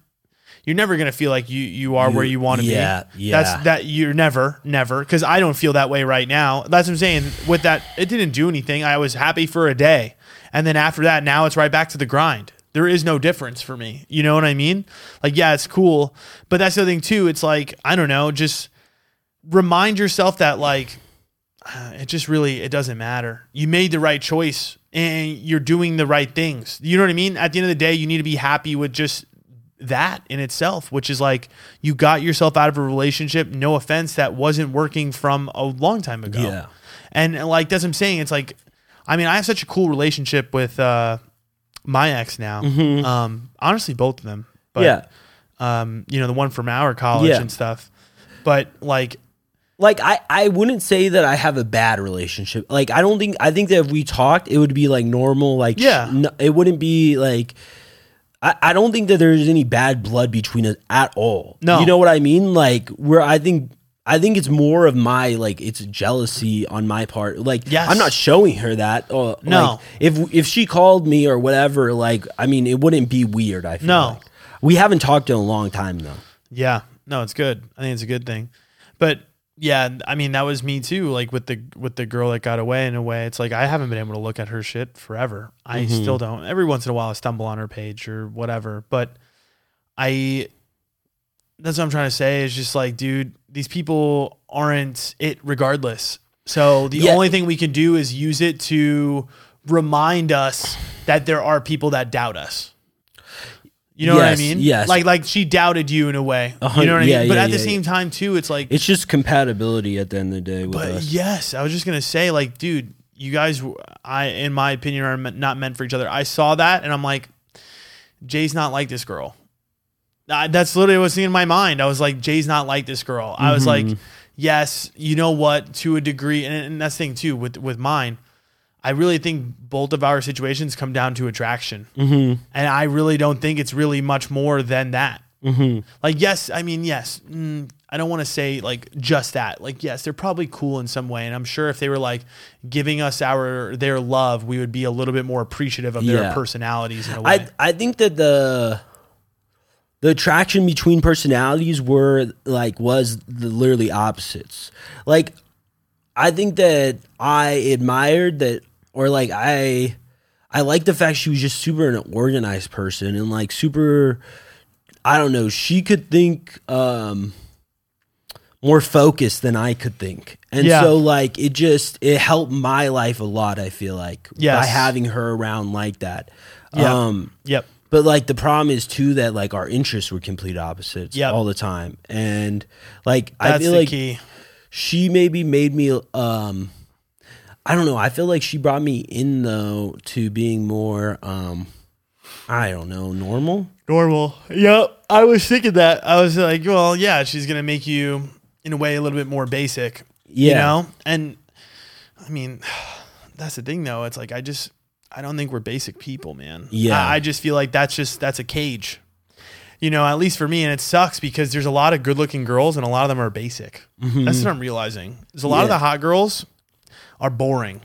Speaker 2: you're never going to feel like you, you are where you want to
Speaker 3: yeah,
Speaker 2: be. That's
Speaker 3: yeah.
Speaker 2: that you're never, never. Cause I don't feel that way right now. That's what I'm saying. With that, it didn't do anything. I was happy for a day. And then after that, now it's right back to the grind. There is no difference for me. You know what I mean? Like, yeah, it's cool. But that's the other thing too. It's like, I don't know, just remind yourself that like uh, it just really it doesn't matter. You made the right choice and you're doing the right things. You know what I mean? At the end of the day, you need to be happy with just that in itself, which is like you got yourself out of a relationship, no offense, that wasn't working from a long time ago.
Speaker 3: Yeah.
Speaker 2: And like that's what I'm saying. It's like I mean, I have such a cool relationship with uh my ex now. Um honestly both of them. But
Speaker 3: Mm-hmm. yeah.
Speaker 2: um, you know, the one from our college
Speaker 3: Yeah.
Speaker 2: and stuff. But like
Speaker 3: like I, I wouldn't say that I have a bad relationship. Like I don't think I think that if we talked, it would be like normal. Like
Speaker 2: Yeah.
Speaker 3: n- it wouldn't be like. I, I don't think that there's any bad blood between us at all.
Speaker 2: No.
Speaker 3: you know what I mean. Like where I think I think it's more of my like it's jealousy on my part. Like
Speaker 2: Yes.
Speaker 3: I'm not showing her that. Uh, like,
Speaker 2: No.
Speaker 3: if if she called me or whatever, like I mean, it wouldn't be weird. I feel
Speaker 2: No.
Speaker 3: like. we haven't talked in a long time though.
Speaker 2: Yeah. No, it's good. I think it's a good thing. But yeah, I mean that was me too, like with the with the girl that got away in a way. It's like I haven't been able to look at her shit forever. I still don't. Every once in a while I stumble on her page or whatever, but I that's what I'm trying to say is just like, dude, these people aren't it regardless. So the
Speaker 3: Yeah.
Speaker 2: only thing we can do is use it to remind us that there are people that doubt us. You know what I
Speaker 3: Yes,
Speaker 2: mean?
Speaker 3: yes.
Speaker 2: Like like she doubted you in a way.
Speaker 3: hun-
Speaker 2: you know what I mean?
Speaker 3: yeah,
Speaker 2: but
Speaker 3: yeah,
Speaker 2: at the
Speaker 3: yeah,
Speaker 2: same time too, it's like
Speaker 3: It's just compatibility at the end of the day with
Speaker 2: but
Speaker 3: us.
Speaker 2: yes, I was just gonna say, like, dude, you guys, w- I, in my opinion, are me- not meant for each other. I saw that, and I'm like, Jay's not like this girl. I, that's literally what was in my mind. I was like, Jay's not like this girl. I was like,
Speaker 3: Mm-hmm.
Speaker 2: yes, you know what, to a degree, and, and that's the thing too with with mine. I really think both of our situations come down to attraction, mm-hmm. and
Speaker 3: Mm-hmm.
Speaker 2: I really don't think it's really much more than that. Like, yes, I mean, yes, mm, I don't want to say like just that. Like, yes, they're probably cool in some way, and I'm sure if they were like giving us our their love, we would be a little bit more appreciative of their
Speaker 3: Yeah.
Speaker 2: personalities in a way.
Speaker 3: I I think that the the attraction between personalities were like was the literally opposites. Like I think that I admired that or like I I like the fact she was just super an organized person and like super I don't know, she could think um more focused than I could think. And
Speaker 2: Yeah.
Speaker 3: so like it just it helped my life a lot, I feel like. By
Speaker 2: Yes.
Speaker 3: having her around like that.
Speaker 2: Yeah.
Speaker 3: Um
Speaker 2: yep.
Speaker 3: but like the problem is too that like our interests were complete opposites
Speaker 2: Yep.
Speaker 3: all the time. And like I
Speaker 2: That's
Speaker 3: feel
Speaker 2: the
Speaker 3: like
Speaker 2: key.
Speaker 3: she maybe made me um I don't know, I feel like she brought me in though to being more um I don't know, normal.
Speaker 2: Normal. Yep. I was thinking that. I was like, well, yeah, she's gonna make you in a way a little bit more basic. You
Speaker 3: Yeah.
Speaker 2: know? And I mean, [SIGHS] that's the thing though. It's like I just I don't think we're basic people, man.
Speaker 3: Yeah.
Speaker 2: I, I just feel like that's just that's a cage. You know, at least for me, and it sucks because there's a lot of good looking girls and a lot of them are basic. That's what I'm realizing. There's a lot of
Speaker 3: Mm-hmm. Yeah.
Speaker 2: the hot girls are boring.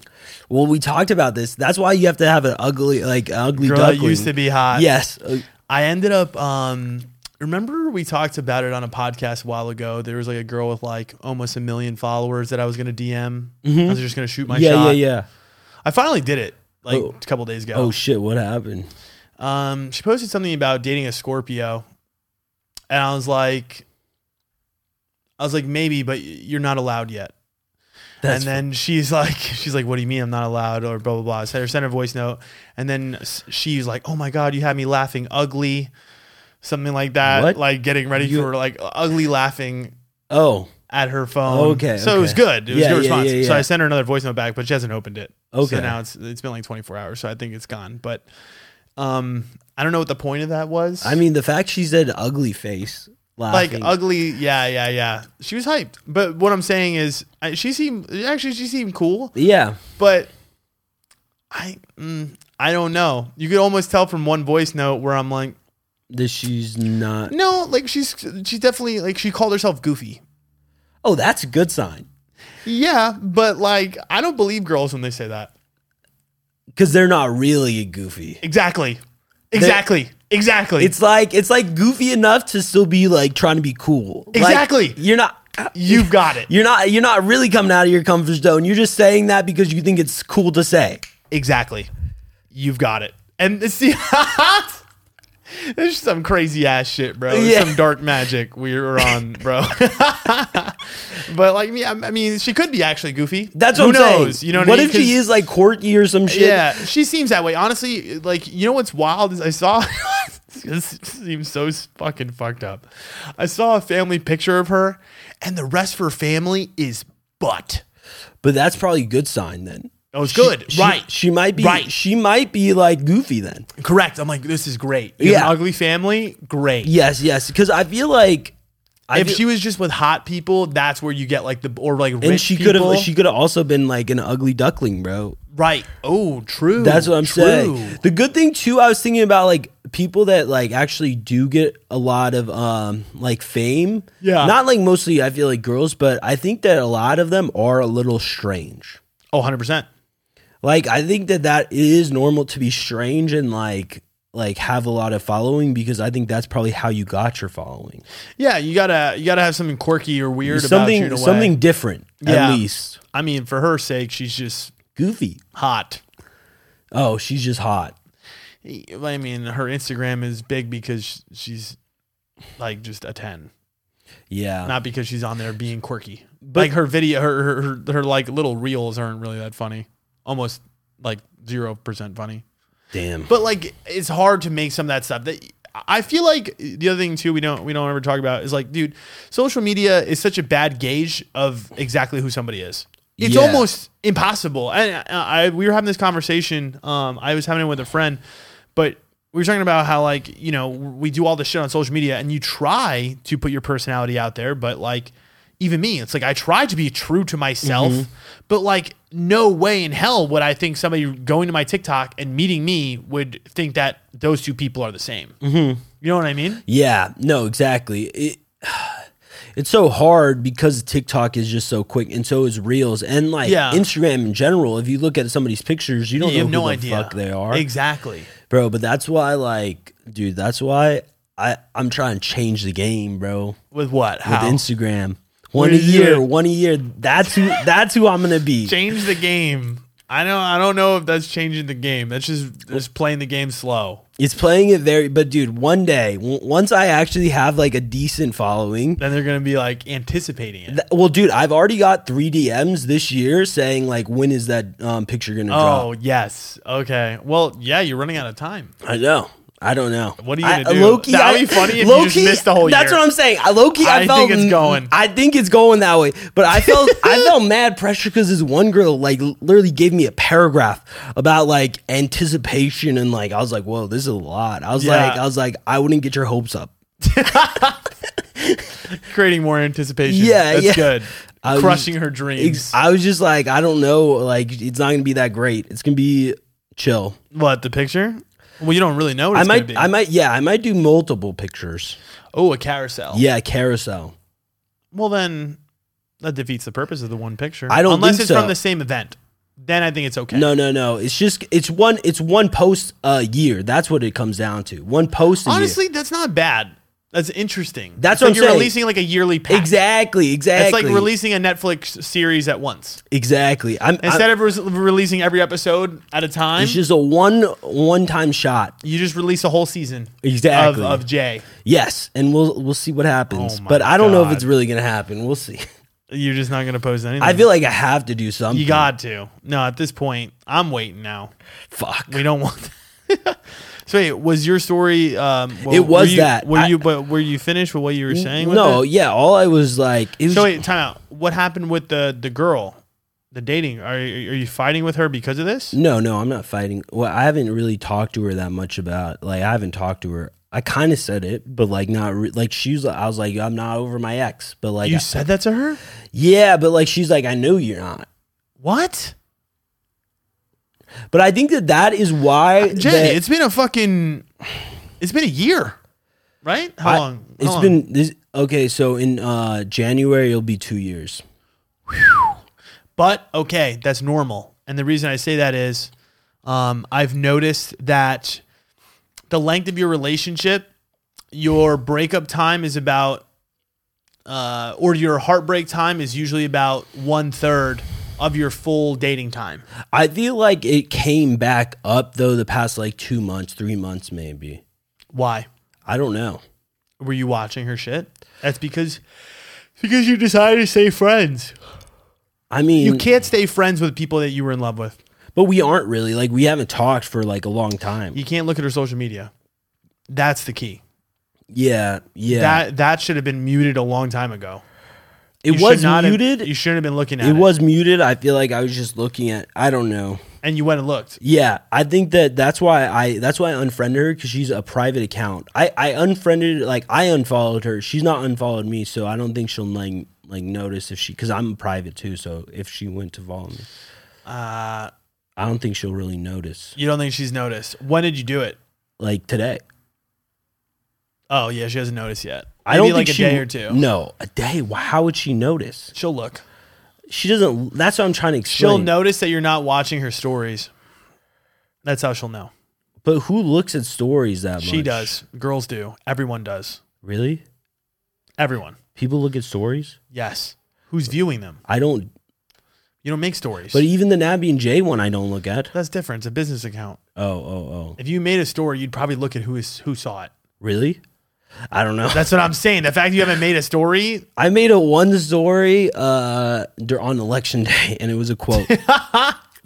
Speaker 3: Well, we talked about this. That's why you have to have an ugly like ugly
Speaker 2: Girl that
Speaker 3: duckling.
Speaker 2: used to be hot.
Speaker 3: Yes. Uh,
Speaker 2: I ended up um remember we talked about it on a podcast a while ago. There was like a girl with like almost a million followers that I was gonna DM. I was just gonna shoot my
Speaker 3: Mm-hmm. yeah,
Speaker 2: shot.
Speaker 3: yeah, yeah.
Speaker 2: I finally did it like
Speaker 3: Oh.
Speaker 2: a couple days
Speaker 3: Oh
Speaker 2: ago.
Speaker 3: shit, what happened?
Speaker 2: Um she posted something about dating a Scorpio and I was like I was like, maybe, but you're not allowed yet.
Speaker 3: That's
Speaker 2: and then she's like, [LAUGHS] she's like, what do you mean I'm not allowed? Or blah blah blah. So I sent her a voice note, and then s- she's like, oh my god, you had me laughing ugly, something like that,
Speaker 3: What?
Speaker 2: like getting ready
Speaker 3: You-
Speaker 2: for like ugly laughing
Speaker 3: oh,
Speaker 2: at her phone.
Speaker 3: Okay,
Speaker 2: so it was
Speaker 3: okay.
Speaker 2: good. It was
Speaker 3: Yeah,
Speaker 2: a good
Speaker 3: yeah,
Speaker 2: response.
Speaker 3: yeah,
Speaker 2: So
Speaker 3: yeah.
Speaker 2: I sent her another voice note back, but she hasn't opened it.
Speaker 3: Okay.
Speaker 2: so now it's it's been like 24 hours, so I think it's gone. But um, I don't know what the point of that was.
Speaker 3: I mean the fact she said ugly face
Speaker 2: like
Speaker 3: laughing.
Speaker 2: ugly yeah yeah yeah she was hyped but what i'm saying is I- she seemed actually she seemed cool
Speaker 3: yeah.
Speaker 2: but I mm, I don't know. You could almost tell from one voice note where I'm like,
Speaker 3: That she's not
Speaker 2: no, like she's she's definitely like she called herself goofy.
Speaker 3: Oh, that's a good sign.
Speaker 2: Yeah, but like I don't believe girls when they say that.
Speaker 3: Cause they're not really goofy.
Speaker 2: Exactly, exactly, exactly.
Speaker 3: It's like it's like goofy enough to still be like trying to be cool. Like,
Speaker 2: Exactly.
Speaker 3: you're not
Speaker 2: you've got it
Speaker 3: you're not you're not really coming out of your comfort zone. You're just saying that because you think it's cool to say.
Speaker 2: exactly. You've got it. And [LAUGHS] see, there's some crazy ass shit, bro. There's
Speaker 3: Yeah.
Speaker 2: Some dark magic we were on, bro. [LAUGHS] but like, yeah, I mean, she could be actually goofy.
Speaker 3: That's
Speaker 2: Who
Speaker 3: what I'm
Speaker 2: knows?
Speaker 3: saying.
Speaker 2: You know what,
Speaker 3: what
Speaker 2: I mean?
Speaker 3: if she
Speaker 2: 'Cause-
Speaker 3: is like quirky or some shit?
Speaker 2: Yeah, she seems that way. Honestly, like you know what's wild is I saw [LAUGHS] this seems so fucking fucked up. I saw a family picture of her, and the rest of her family is butt.
Speaker 3: But that's probably a good sign then.
Speaker 2: That was Oh, good,
Speaker 3: She-
Speaker 2: right?
Speaker 3: She might be
Speaker 2: Right.
Speaker 3: she might be like goofy then.
Speaker 2: Correct. I'm like, this is great. You have an
Speaker 3: Yeah.
Speaker 2: ugly family, great.
Speaker 3: Yes, yes. Cause I feel like I
Speaker 2: If
Speaker 3: feel-
Speaker 2: she was just with hot people, that's where you get like the or like rich
Speaker 3: and she could have she could have also been like an ugly duckling, bro.
Speaker 2: right. Oh, true.
Speaker 3: That's what I'm
Speaker 2: True.
Speaker 3: saying. The good thing too, I was thinking about like people that like actually do get a lot of um like fame.
Speaker 2: Yeah.
Speaker 3: Not like mostly I feel like girls, but I think that a lot of them are a little strange.
Speaker 2: Oh, 100 percent.
Speaker 3: Like I think that that is normal to be strange and like like have a lot of following because I think that's probably how you got your following.
Speaker 2: Yeah, you gotta you gotta have something quirky or weird about you. in
Speaker 3: Something
Speaker 2: a way.
Speaker 3: something different
Speaker 2: Yeah.
Speaker 3: at least.
Speaker 2: I mean, for her sake, she's just
Speaker 3: Goofy.
Speaker 2: hot.
Speaker 3: Oh, she's just hot.
Speaker 2: I mean, her Instagram is big because she's like just a ten,
Speaker 3: Yeah.
Speaker 2: not because she's on there being quirky. like her video, her her, her, her like little reels aren't really that funny. Almost like zero percent funny.
Speaker 3: Damn.
Speaker 2: But like, it's hard to make some of that stuff. That I feel like the other thing too we don't we don't ever talk about is like, dude, social media is such a bad gauge of exactly who somebody is. It's
Speaker 3: Yeah.
Speaker 2: almost impossible. And uh, I, I we were having this conversation. Um, I was having it with a friend, but we were talking about how like you know we do all this shit on social media, and you try to put your personality out there, but like. Even me, it's like I try to be true to myself,
Speaker 3: Mm-hmm.
Speaker 2: but like no way in hell would I think somebody going to my TikTok and meeting me would think that
Speaker 3: Mm-hmm.
Speaker 2: those two people are the same. You know what I mean?
Speaker 3: Yeah, no, exactly. It, [SIGHS] it's so hard because TikTok is just so quick and so is Reels and like
Speaker 2: Yeah.
Speaker 3: Instagram in general. If you look at somebody's pictures, you don't
Speaker 2: You
Speaker 3: know
Speaker 2: have
Speaker 3: who
Speaker 2: no
Speaker 3: the
Speaker 2: idea.
Speaker 3: fuck they are,
Speaker 2: Exactly.
Speaker 3: bro. But that's why, like, dude, that's why I I'm trying to change the game, bro,
Speaker 2: With what?
Speaker 3: with
Speaker 2: How?
Speaker 3: Instagram. One a
Speaker 2: do you do
Speaker 3: year,
Speaker 2: it?
Speaker 3: one a year. That's who. That's who I'm gonna be.
Speaker 2: Change the game. I don't. I don't know if that's changing the game. That's just just playing the game slow.
Speaker 3: It's playing it very, but dude, one day, w- once I actually have like a decent following,
Speaker 2: Then they're gonna be like anticipating it.
Speaker 3: th- well, dude, I've already got three DMs this year saying like, when is that um, picture gonna drop?
Speaker 2: Oh yes. Okay. Well, yeah. You're running out of time.
Speaker 3: I know. I don't know.
Speaker 2: Oh. What are you gonna
Speaker 3: I,
Speaker 2: do?
Speaker 3: Low-key,
Speaker 2: That would
Speaker 3: I-
Speaker 2: be funny if you
Speaker 3: low-key,
Speaker 2: just missed the whole
Speaker 3: That's
Speaker 2: year.
Speaker 3: what I'm saying. I low key, I,
Speaker 2: I
Speaker 3: felt
Speaker 2: think it's going.
Speaker 3: I think it's going that way. But
Speaker 2: [LAUGHS]
Speaker 3: I felt I felt mad pressure because this one girl like literally gave me a paragraph about like anticipation and like I was like, whoa, this is a lot. I was
Speaker 2: Yeah.
Speaker 3: like, I was like, I wouldn't get your hopes up.
Speaker 2: Creating more anticipation.
Speaker 3: Yeah,
Speaker 2: That's
Speaker 3: yeah.
Speaker 2: good.
Speaker 3: I was-
Speaker 2: Crushing her dreams.
Speaker 3: Ex- I was just like, I don't know. Like, it's not gonna be that great. It's gonna be chill.
Speaker 2: what the picture? Well, you don't really know. What
Speaker 3: I
Speaker 2: it's
Speaker 3: might,
Speaker 2: Gonna be.
Speaker 3: I might, yeah, I might do multiple pictures.
Speaker 2: oh, a carousel.
Speaker 3: Yeah, carousel.
Speaker 2: Well, then that defeats the purpose of the one picture.
Speaker 3: I don't
Speaker 2: Unless
Speaker 3: think
Speaker 2: it's
Speaker 3: so.
Speaker 2: from the same event. Then I think it's okay.
Speaker 3: No, no, no. It's just it's one it's one post a year. That's what it comes down to. One post. A
Speaker 2: Honestly, that's not bad. That's interesting.
Speaker 3: That's
Speaker 2: It's
Speaker 3: what
Speaker 2: like
Speaker 3: I'm
Speaker 2: you're
Speaker 3: saying.
Speaker 2: releasing like a yearly pack.
Speaker 3: year. exactly, exactly.
Speaker 2: It's like releasing a Netflix series at once
Speaker 3: Exactly. I'm,
Speaker 2: instead of
Speaker 3: I'm-
Speaker 2: re- releasing every episode at a time.
Speaker 3: it's just a one one time shot.
Speaker 2: you just release a whole season
Speaker 3: Exactly.
Speaker 2: of, of Jay.
Speaker 3: Yes, and we'll we'll see what happens.
Speaker 2: Oh my
Speaker 3: but I don't know if it's
Speaker 2: God.
Speaker 3: really gonna happen. We'll see. [LAUGHS]
Speaker 2: You're just not gonna post anything.
Speaker 3: I feel like I have to do something.
Speaker 2: you got to. No, at this point, I'm waiting now.
Speaker 3: fuck.
Speaker 2: We don't want. [LAUGHS] so wait, was your story? Um, well,
Speaker 3: It was
Speaker 2: were you,
Speaker 3: that.
Speaker 2: Were
Speaker 3: I-
Speaker 2: you? But were you finished with what you were saying? With
Speaker 3: No,
Speaker 2: It?
Speaker 3: yeah. All I was like, it was
Speaker 2: So wait, time out. What happened with the the girl, the dating? Are are you fighting with her because of this?
Speaker 3: No, no, I'm not fighting. Well, I haven't really talked to her that much about. Like, I haven't talked to her. I kind of said it, but like not re- like she's. I was like, I'm not over my ex, but like,
Speaker 2: You said that to her?
Speaker 3: yeah, but like she's like, I know you're not.
Speaker 2: What?
Speaker 3: But I think that that is why
Speaker 2: Jay,
Speaker 3: that-
Speaker 2: Uh, it's been a fucking. It's been a year, right? How
Speaker 3: I-
Speaker 2: long? How
Speaker 3: It's
Speaker 2: long?
Speaker 3: been this, okay. So in uh January, it'll be two years.
Speaker 2: But okay, that's normal. And the reason I say that is um, I've noticed that the length of your relationship, your breakup time is about, uh, or your heartbreak time is usually about one third of your full dating time.
Speaker 3: I feel like it came back up though the past like two months, three months maybe.
Speaker 2: Why?
Speaker 3: I don't know.
Speaker 2: Were you watching her shit? That's because because you decided to stay friends.
Speaker 3: I mean,
Speaker 2: You can't stay friends with people that you were in love with.
Speaker 3: but we aren't really like we haven't talked for like a long time.
Speaker 2: You can't look at her social media. That's the key.
Speaker 3: Yeah, yeah.
Speaker 2: That that should have been muted a long time ago.
Speaker 3: it
Speaker 2: You should
Speaker 3: was
Speaker 2: not have-
Speaker 3: muted.
Speaker 2: you shouldn't have been looking at
Speaker 3: it
Speaker 2: it.
Speaker 3: was muted. I feel like I was just looking at. I don't know.
Speaker 2: and you went and looked.
Speaker 3: Yeah, I think that that's why I that's why I unfriended her because she's a private account. I I unfriended like I unfollowed her. She's not unfollowed me, so I don't think she'll like like notice if she because I'm private too. So if she went to follow me,
Speaker 2: Uh,
Speaker 3: I don't think she'll really notice.
Speaker 2: you don't think she's noticed? When did you do it?
Speaker 3: Like today,
Speaker 2: Oh yeah, she hasn't noticed yet.
Speaker 3: I don't
Speaker 2: Maybe like
Speaker 3: think
Speaker 2: a
Speaker 3: she,
Speaker 2: day or two.
Speaker 3: No, a day. Wh- How would she notice?
Speaker 2: She'll look.
Speaker 3: She doesn't. That's what I'm trying to explain.
Speaker 2: She'll notice that you're not watching her stories. That's how she'll know.
Speaker 3: But who looks at stories that much?
Speaker 2: She does. Girls do. Everyone does.
Speaker 3: Really?
Speaker 2: Everyone.
Speaker 3: People look at stories.
Speaker 2: Yes. Who's viewing them?
Speaker 3: I don't.
Speaker 2: You don't make stories.
Speaker 3: But even the Nabby and Jay one, I don't look at.
Speaker 2: That's different. It's a business account.
Speaker 3: Oh, oh, oh.
Speaker 2: If you made a story, you'd probably look at who is who saw it.
Speaker 3: Really? I don't know.
Speaker 2: That's what I'm saying. The fact you haven't made a story,
Speaker 3: I made a one story uh dur- on election [LAUGHS] day, and it was a
Speaker 2: [LAUGHS]
Speaker 3: quote. that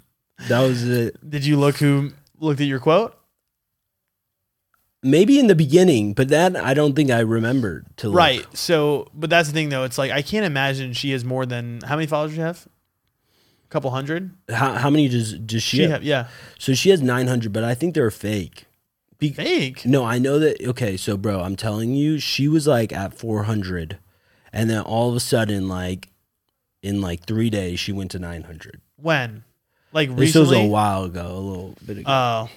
Speaker 3: was it.
Speaker 2: did you look who looked at your quote?
Speaker 3: Maybe in the beginning, but that I don't think I remembered to. look.
Speaker 2: Right. So, but that's the thing though. It's like I can't imagine she has more than how many followers does she have? A couple hundred.
Speaker 3: How, how many does does she?
Speaker 2: She
Speaker 3: have?
Speaker 2: have yeah.
Speaker 3: So she has nine hundred, but I think they're fake. Be-
Speaker 2: Fake.
Speaker 3: No, I know that. Okay, so bro, I'm telling you, she was like at 400, and then all of a sudden, like in like three days, she went to 900.
Speaker 2: When? Like
Speaker 3: This was
Speaker 2: recently.
Speaker 3: a while ago, a little bit ago.
Speaker 2: Oh.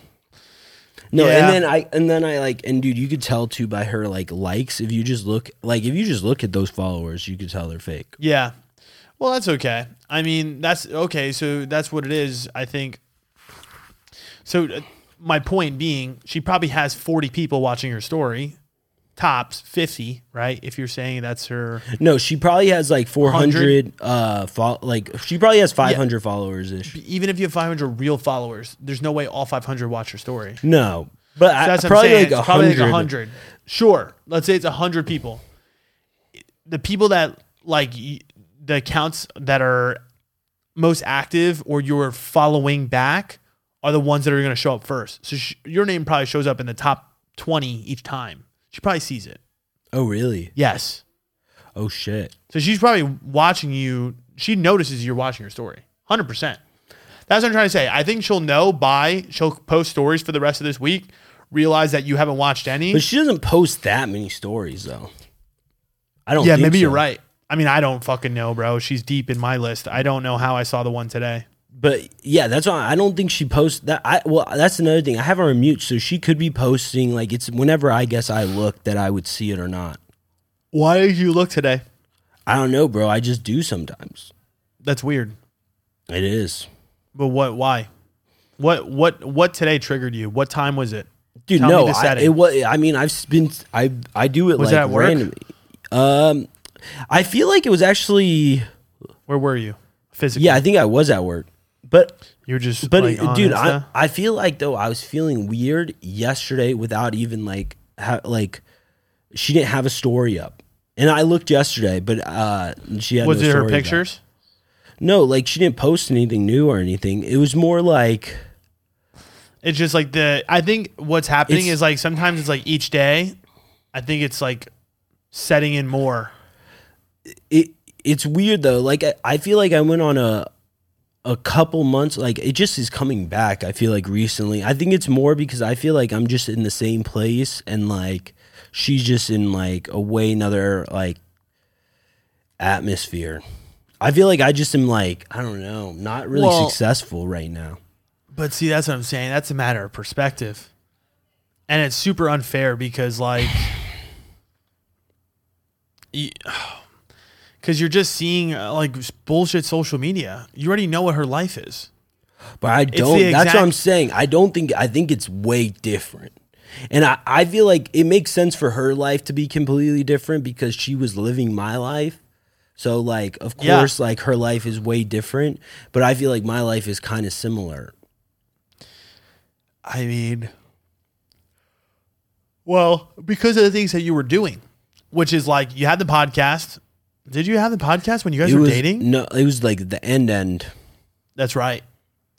Speaker 3: No,
Speaker 2: Yeah.
Speaker 3: and then I and then I like and dude, you could tell too by her like likes. If you just look like if you just look at those followers, you could tell they're fake.
Speaker 2: Yeah. Well, that's okay. I mean, that's okay. So that's what it is, I think. So uh, my point being, she probably has 40 people watching her story, tops 50, right? If you're saying that's her.
Speaker 3: No, she probably has like 400 uh fo- like she probably has 500 followers ish.
Speaker 2: Even if you have 500 real followers, there's no way all 500 watch her story. So
Speaker 3: No. But I,
Speaker 2: that's what
Speaker 3: probably,
Speaker 2: I'm saying.
Speaker 3: like
Speaker 2: it's probably like
Speaker 3: 100.
Speaker 2: 100. Sure. Let's say it's 100 people. The people that like y- the accounts that are most active or you're following back are the ones that are going to show up first. So sh- your name probably shows up in the top 20 each time. She probably sees it.
Speaker 3: Oh, really?
Speaker 2: Yes.
Speaker 3: Oh shit.
Speaker 2: So she's probably watching you. She notices you're watching her story. 100%. That's what I'm trying to say. I think she'll know by she'll post stories for the rest of this week, realize that you haven't watched any.
Speaker 3: But she doesn't post that many stories though. I don't
Speaker 2: yeah,
Speaker 3: think
Speaker 2: maybe
Speaker 3: so.
Speaker 2: you're right. I mean, I don't fucking know, bro. She's deep in my list. I don't know how I saw the one today.
Speaker 3: But yeah, that's why I don't think she posts that. I well, that's another thing. I have her on mute, so she could be posting like it's whenever I guess I look that I would see it or not.
Speaker 2: Why did you look today?
Speaker 3: I don't know, bro. I just do sometimes.
Speaker 2: That's weird.
Speaker 3: It is,
Speaker 2: But what? Why? What? What? What today triggered you? What time was it?
Speaker 3: dude.
Speaker 2: Tell me
Speaker 3: no,
Speaker 2: the
Speaker 3: I,
Speaker 2: setting.
Speaker 3: it was. I mean, I've been. I I do it
Speaker 2: Was it
Speaker 3: like
Speaker 2: at work?
Speaker 3: randomly. Um, I feel like it was actually.
Speaker 2: Where were you? Physically?
Speaker 3: Yeah, I think I was at work, but
Speaker 2: You were just.
Speaker 3: But
Speaker 2: like, on
Speaker 3: dude,
Speaker 2: Insta?
Speaker 3: I, I feel like though I was feeling weird yesterday without even like ha- like she didn't have a story up. And I looked yesterday, but uh she had
Speaker 2: was
Speaker 3: no
Speaker 2: it her
Speaker 3: stories up.
Speaker 2: pictures?
Speaker 3: No, like she didn't post anything new or anything. It was more like
Speaker 2: It's just like the. I think what's happening
Speaker 3: It's-
Speaker 2: is like sometimes it's like each day. I think it's like setting in more.
Speaker 3: it it's weird though. Like I, I feel like I went on a a couple months like it just is coming back. I feel like recently. I think it's more because I feel like I'm just in the same place and like she's just in like a way another like atmosphere. I feel like I just am like I don't know, not really
Speaker 2: Well-
Speaker 3: successful right now.
Speaker 2: But see, that's what I'm saying. That's a matter of perspective. And it's super unfair because, like, [SIGHS] because you're just seeing uh, like bullshit social media. You already know what her life is.
Speaker 3: But I don't.
Speaker 2: the
Speaker 3: that's what I'm
Speaker 2: exact-
Speaker 3: saying. I don't think. I think it's way different. And I, I feel like it makes sense for her life to be completely different because she was living my life. So like, of
Speaker 2: Yeah.
Speaker 3: course, like her life is way different. But I feel like my life is kind of similar.
Speaker 2: I mean, well, because of the things that you were doing, which is like you had the podcast. Did you have the podcast when you guys
Speaker 3: it
Speaker 2: were
Speaker 3: was
Speaker 2: dating?
Speaker 3: No, it was like the end end.
Speaker 2: That's right.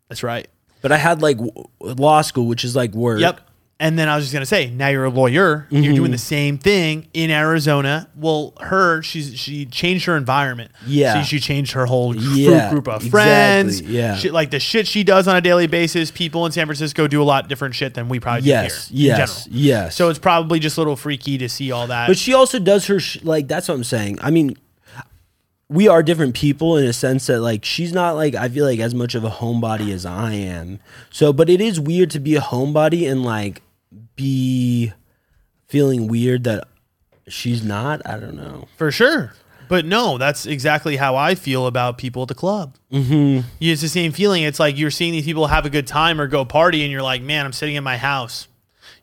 Speaker 2: That's right.
Speaker 3: But I had like w- law school, which is like work.
Speaker 2: Yep. And then I was just gonna say, now you're a lawyer. You're
Speaker 3: Mm-hmm.
Speaker 2: doing the same thing in Arizona. Well, her, she's she changed her environment.
Speaker 3: Yeah.
Speaker 2: So she changed her whole gr-
Speaker 3: Yeah,
Speaker 2: group of
Speaker 3: exactly,
Speaker 2: friends.
Speaker 3: yeah.
Speaker 2: She- like the shit she does on a daily basis. People in San Francisco do a lot different shit than we probably
Speaker 3: Yes.
Speaker 2: do here. in
Speaker 3: Yes.
Speaker 2: general.
Speaker 3: Yes.
Speaker 2: So it's probably just a little freaky to see all that.
Speaker 3: But she also does her sh- like that's what I'm saying. I mean, we are different people in a sense that like she's not like I feel like as much of a homebody as I am. So, but it is weird to be a homebody and like be feeling weird that she's not. I don't know.
Speaker 2: For sure. But no, that's exactly how I feel about people at the club. Mm-hmm. It's the same feeling. It's like you're seeing these people have a good time or go party, and you're like, man, I'm sitting in my house.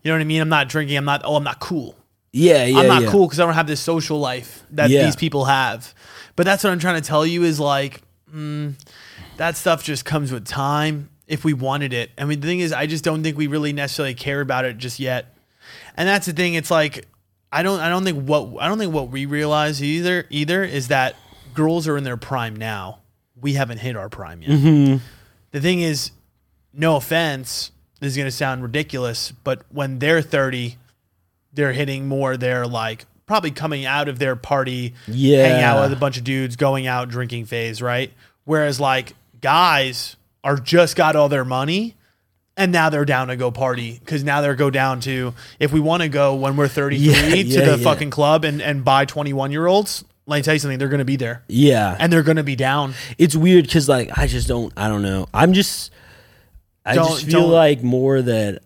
Speaker 2: You know what I mean? I'm not drinking. I'm not, oh, I'm not cool.
Speaker 3: Yeah, yeah,
Speaker 2: I'm not
Speaker 3: yeah.
Speaker 2: cool because I don't have this social life that
Speaker 3: Yeah.
Speaker 2: these people have. But that's what I'm trying to tell you is like, mm, that stuff just comes with time if we wanted it. I mean, the thing is, I just don't think we really necessarily care about it just yet. And that's the thing. It's like I don't I don't think what I don't think what we realize either either is that girls are in their prime now. We haven't hit our prime yet. The thing is, no offense, this is going to sound ridiculous, but when they're 30, they're hitting more their like probably coming out of their party,
Speaker 3: Yeah.
Speaker 2: hanging out with a bunch of dudes, going out drinking phase, right? Whereas like guys are just got all their money and now they're down to go party because now they're go down to if we want to go when we're 33
Speaker 3: Yeah,
Speaker 2: to
Speaker 3: yeah,
Speaker 2: the
Speaker 3: yeah.
Speaker 2: fucking club and, and buy 21 year olds, let me tell you something, they're going to be there
Speaker 3: Yeah,
Speaker 2: and they're going to be down.
Speaker 3: it's weird because like I just don't. I don't know. I'm just. I
Speaker 2: Don't-
Speaker 3: just feel
Speaker 2: don't-
Speaker 3: like more that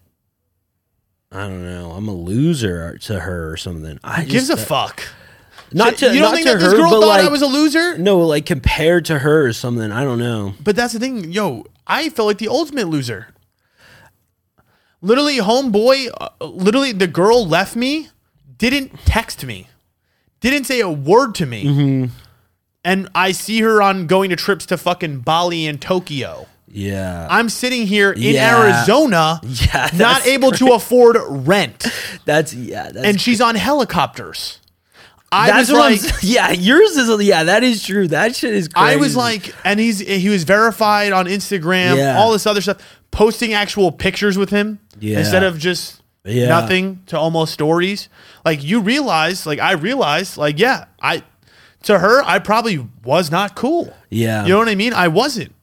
Speaker 3: I don't know. I'm a loser to her or something. I
Speaker 2: Gives a
Speaker 3: just,
Speaker 2: fuck.
Speaker 3: not to
Speaker 2: you don't
Speaker 3: not
Speaker 2: think
Speaker 3: to
Speaker 2: that
Speaker 3: her,
Speaker 2: this girl
Speaker 3: but
Speaker 2: thought
Speaker 3: like
Speaker 2: I was a loser?
Speaker 3: no, like compared to her or something. I don't know.
Speaker 2: But that's the thing, yo. I felt like the ultimate loser. Literally, homeboy. uh, Literally, the girl left me. Didn't text me. Didn't say a word to me.
Speaker 3: Mm-hmm.
Speaker 2: And I see her on going to trips to fucking Bali and Tokyo.
Speaker 3: Yeah, [LAUGHS]
Speaker 2: I'm sitting here in
Speaker 3: Yeah.
Speaker 2: Arizona,
Speaker 3: Yeah,
Speaker 2: not
Speaker 3: that's
Speaker 2: able to afford rent,
Speaker 3: that's yeah. That's,
Speaker 2: and she's on
Speaker 3: [LAUGHS]
Speaker 2: helicopters. I
Speaker 3: that's
Speaker 2: was
Speaker 3: what I'm
Speaker 2: like,
Speaker 3: s- [LAUGHS] yeah. Yours is yeah. That is true. That shit is. crazy.
Speaker 2: I was like, and he's he was verified on Instagram,
Speaker 3: Yeah.
Speaker 2: all this other stuff, posting actual pictures with him
Speaker 3: Yeah.
Speaker 2: instead of just
Speaker 3: Yeah.
Speaker 2: nothing to almost stories. Like you realize, like I realized, like yeah, I to her I probably was not cool.
Speaker 3: Yeah.
Speaker 2: you know what I mean. I wasn't,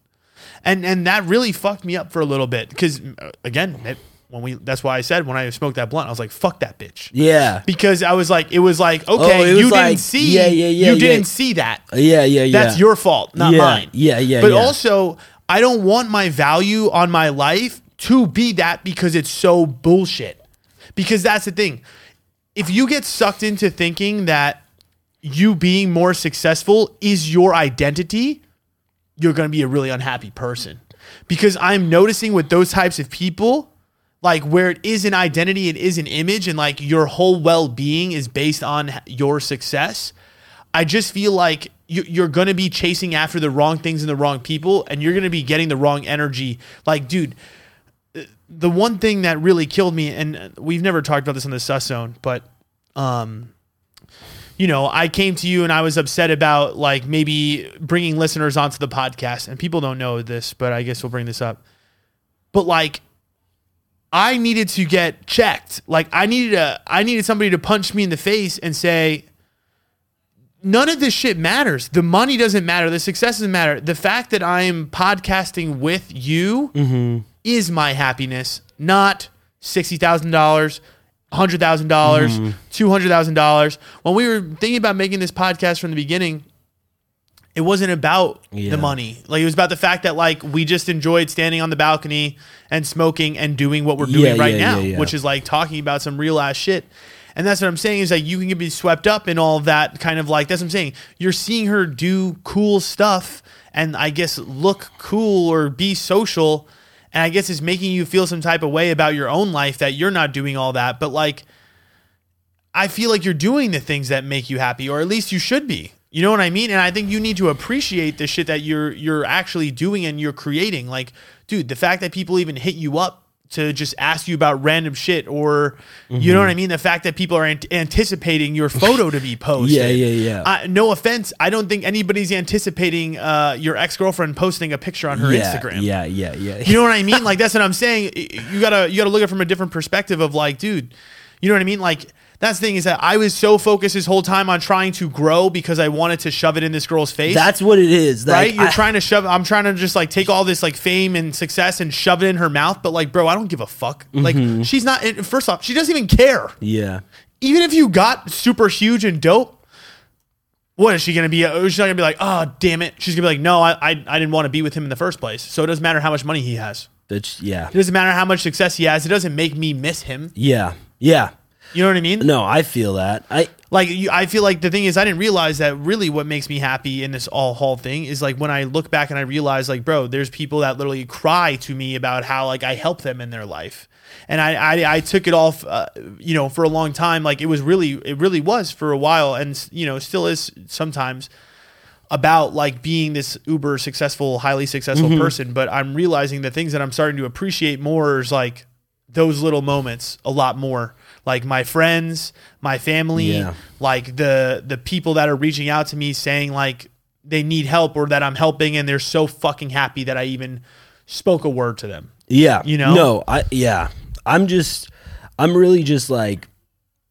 Speaker 2: and and that really fucked me up for a little bit because again, it, when we that's why I said when I smoked that blunt, I was like, fuck that bitch.
Speaker 3: yeah, Oh,
Speaker 2: Because I was like, it was like, okay,
Speaker 3: it was
Speaker 2: you
Speaker 3: like,
Speaker 2: didn't see,
Speaker 3: yeah, yeah, yeah,
Speaker 2: you
Speaker 3: yeah.
Speaker 2: didn't see that.
Speaker 3: yeah, yeah, yeah.
Speaker 2: That's your fault, not
Speaker 3: Yeah,
Speaker 2: mine.
Speaker 3: yeah, yeah,
Speaker 2: But
Speaker 3: yeah.
Speaker 2: also, I don't want my value on my life to be that because it's so bullshit. Because that's the thing. If you get sucked into thinking that you being more successful is your identity, you're going to be a really unhappy person. Because I'm noticing with those types of people, like where it is an identity, it is an image, and like your whole well being is based on h- your success. I just feel like you- you're going to be chasing after the wrong things and the wrong people, and you're going to be getting the wrong energy. Like, dude, uh, the one thing that really killed me, and uh, we've never talked about this on the Sus Zone, but um, you know, I came to you and I was upset about like maybe bringing listeners onto the podcast. And people don't know this, but I guess we'll bring this up. But like, I needed to get checked. Like, I needed a, I needed somebody to punch me in the face and say, none of this shit matters. The money doesn't matter. The success doesn't matter. The fact that I'm podcasting with you is my happiness, not sixty thousand dollars, hundred thousand dollars, two hundred thousand dollars. When we were thinking about making this podcast from the beginning, it wasn't about
Speaker 3: Yeah.
Speaker 2: the money. Like it was about the fact that like we just enjoyed standing on the balcony and smoking and doing what we're doing
Speaker 3: Yeah,
Speaker 2: right
Speaker 3: yeah,
Speaker 2: now,
Speaker 3: yeah, yeah.
Speaker 2: which is like talking about some real ass shit. And that's what I'm saying is like you can be swept up in all of that kind of like that's what I'm saying. You're seeing her do cool stuff and I guess look cool or be social and I guess it's making you feel some type of way about your own life that you're not doing all that, but like I feel like you're doing the things that make you happy, or at least you should be. You know what I mean? And I think you need to appreciate the shit that you're you're actually doing and you're creating. Like, dude, the fact that people even hit you up to just ask you about random shit, or you know what I mean? The fact that people are ant- anticipating your photo to be posted.
Speaker 3: [LAUGHS] Yeah, yeah, yeah.
Speaker 2: I, no offense, I don't think anybody's anticipating uh, your ex girlfriend posting a picture on her
Speaker 3: yeah,
Speaker 2: Instagram.
Speaker 3: Yeah, yeah, yeah.
Speaker 2: You know what I mean? Like that's what I'm saying. You gotta you gotta look at it from a different perspective of like, dude, you know what I mean? Like that's the thing is that I was so focused this whole time on trying to grow because I wanted to shove it in this girl's face.
Speaker 3: [LAUGHS] That's what it is. Like,
Speaker 2: right. You're
Speaker 3: I-
Speaker 2: trying to shove. I'm trying to just like take all this like fame and success and shove it in her mouth. But like, bro, I don't give a fuck.
Speaker 3: Mm-hmm.
Speaker 2: Like she's not. and First off, she doesn't even care.
Speaker 3: Yeah.
Speaker 2: Even if you got super huge and dope. What is she gonna be? She's not gonna be like, oh damn it. She's gonna be like, no, I, I, I didn't want to be with him in the first place. So it doesn't matter how much money he has.
Speaker 3: That's yeah.
Speaker 2: It doesn't matter how much success he has. It doesn't make me miss him.
Speaker 3: Yeah. Yeah.
Speaker 2: You know what I mean?
Speaker 3: No, I feel that. I
Speaker 2: Like, you, I feel like the thing is, I didn't realize that really what makes me happy in this all hall thing is like when I look back and I realize, like, bro, there's people that literally cry to me about how like I help them in their life. And I, I, I took it off, uh, you know, for a long time. Like it was really, it really was for a while, and you know, still is sometimes about like being this uber successful, highly successful person, but I'm realizing the things that I'm starting to appreciate more is like those little moments a lot more. Like my friends, my family,
Speaker 3: Yeah.
Speaker 2: like the the people that are reaching out to me saying like they need help or that I'm helping and they're so fucking happy that I even spoke a word to them.
Speaker 3: Yeah.
Speaker 2: You know?
Speaker 3: No, I yeah. I'm just I'm really just like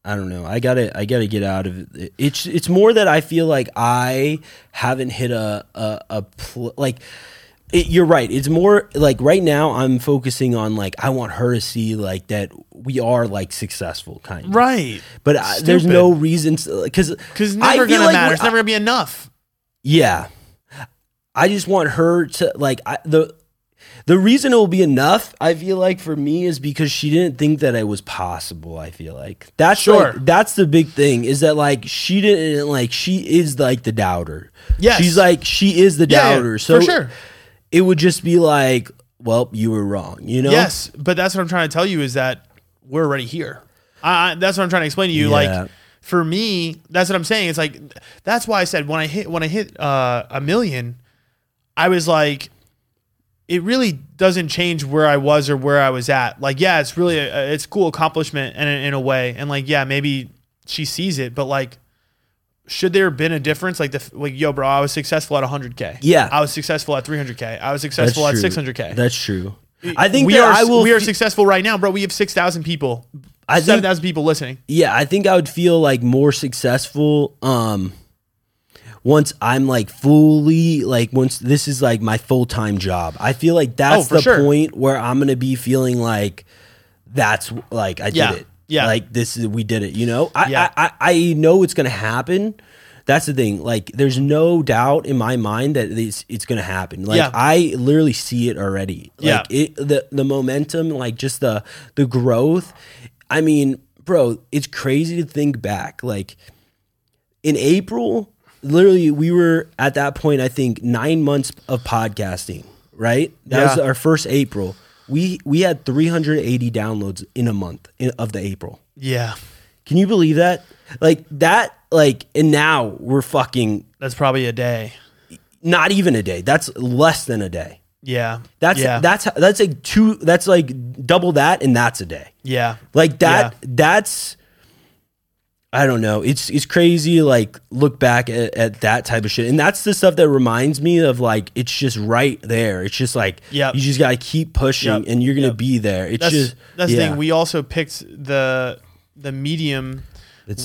Speaker 3: I don't know. I got to I got to get out of it. It's it's more that I feel like I haven't hit a a, a pl- like it, you're right. It's more like right now I'm focusing on like I want her to see like that we are like successful kind of.
Speaker 2: Right.
Speaker 3: But I, there's
Speaker 2: Stupid.
Speaker 3: no reason because
Speaker 2: Cuz never going to matter. It's never going to be enough.
Speaker 3: yeah. I just want her to like I, the The reason it will be enough, I feel like, for me is because she didn't think that it was possible. I feel like that's
Speaker 2: Sure.
Speaker 3: like- that's the big thing is that like she didn't like she is like the doubter.
Speaker 2: Yes.
Speaker 3: she's like she is the
Speaker 2: Yeah, yeah,
Speaker 3: doubter.
Speaker 2: for
Speaker 3: so
Speaker 2: sure.
Speaker 3: it would just be like, well, you were wrong. You know?
Speaker 2: Yes, but that's what I'm trying to tell you is that we're already here. I, I- that's what I'm trying to explain to you.
Speaker 3: Yeah.
Speaker 2: Like for me, that's what I'm saying. It's like that's why I said when I hit when I hit uh, a million, I was like, it really doesn't change where I was or where I was at. Like yeah, it's really a, it's a cool accomplishment in, a- in a way, and like yeah, maybe she sees it, but like. Should there have been a difference? Like the f- like, yo, bro, I was successful at 100k.
Speaker 3: Yeah.
Speaker 2: I was successful at 300k. I was
Speaker 3: that's
Speaker 2: successful at
Speaker 3: true.
Speaker 2: 600k.
Speaker 3: That's true. I think
Speaker 2: we
Speaker 3: that
Speaker 2: are
Speaker 3: I will
Speaker 2: we are
Speaker 3: fe-
Speaker 2: successful right now, bro. We have six thousand people,
Speaker 3: I
Speaker 2: seven
Speaker 3: think
Speaker 2: thousand people listening.
Speaker 3: yeah, I think I would feel like more successful um once I'm like fully like once this is like my full-time job. I feel like that's
Speaker 2: Oh, for
Speaker 3: the
Speaker 2: sure.
Speaker 3: point where I'm going to be feeling like that's like I
Speaker 2: Yeah,
Speaker 3: did it.
Speaker 2: yeah.
Speaker 3: Like this is we did it, you know? I
Speaker 2: Yeah.
Speaker 3: I, I I know it's going to happen. That's the thing. Like there's no doubt in my mind that it's it's going to happen. Like
Speaker 2: Yeah.
Speaker 3: I literally see it already. Like
Speaker 2: Yeah.
Speaker 3: it the the momentum, like just the the growth. I mean, bro, it's crazy to think back. Like in April, literally we were at that point, I think, nine months of podcasting, right? That was
Speaker 2: Yeah.
Speaker 3: our first April. We we had 380 downloads in a month in, of the April.
Speaker 2: Yeah,
Speaker 3: Can you believe that? Like that, like, and now we're fucking
Speaker 2: that's probably a day.
Speaker 3: not even a day. That's less than a day.
Speaker 2: Yeah,
Speaker 3: That's
Speaker 2: yeah,
Speaker 3: that's that's like two. That's like double that, and that's a day.
Speaker 2: yeah,
Speaker 3: Like that.
Speaker 2: Yeah.
Speaker 3: That's I don't know. It's it's crazy. to, Like look back at, at that type of shit, and that's the stuff that reminds me of like it's just right there. It's just like
Speaker 2: Yep.
Speaker 3: you just gotta keep pushing,
Speaker 2: Yep.
Speaker 3: and you're gonna
Speaker 2: Yep.
Speaker 3: be there. It's
Speaker 2: that's
Speaker 3: just
Speaker 2: that's the
Speaker 3: yeah.
Speaker 2: thing. We also picked the the medium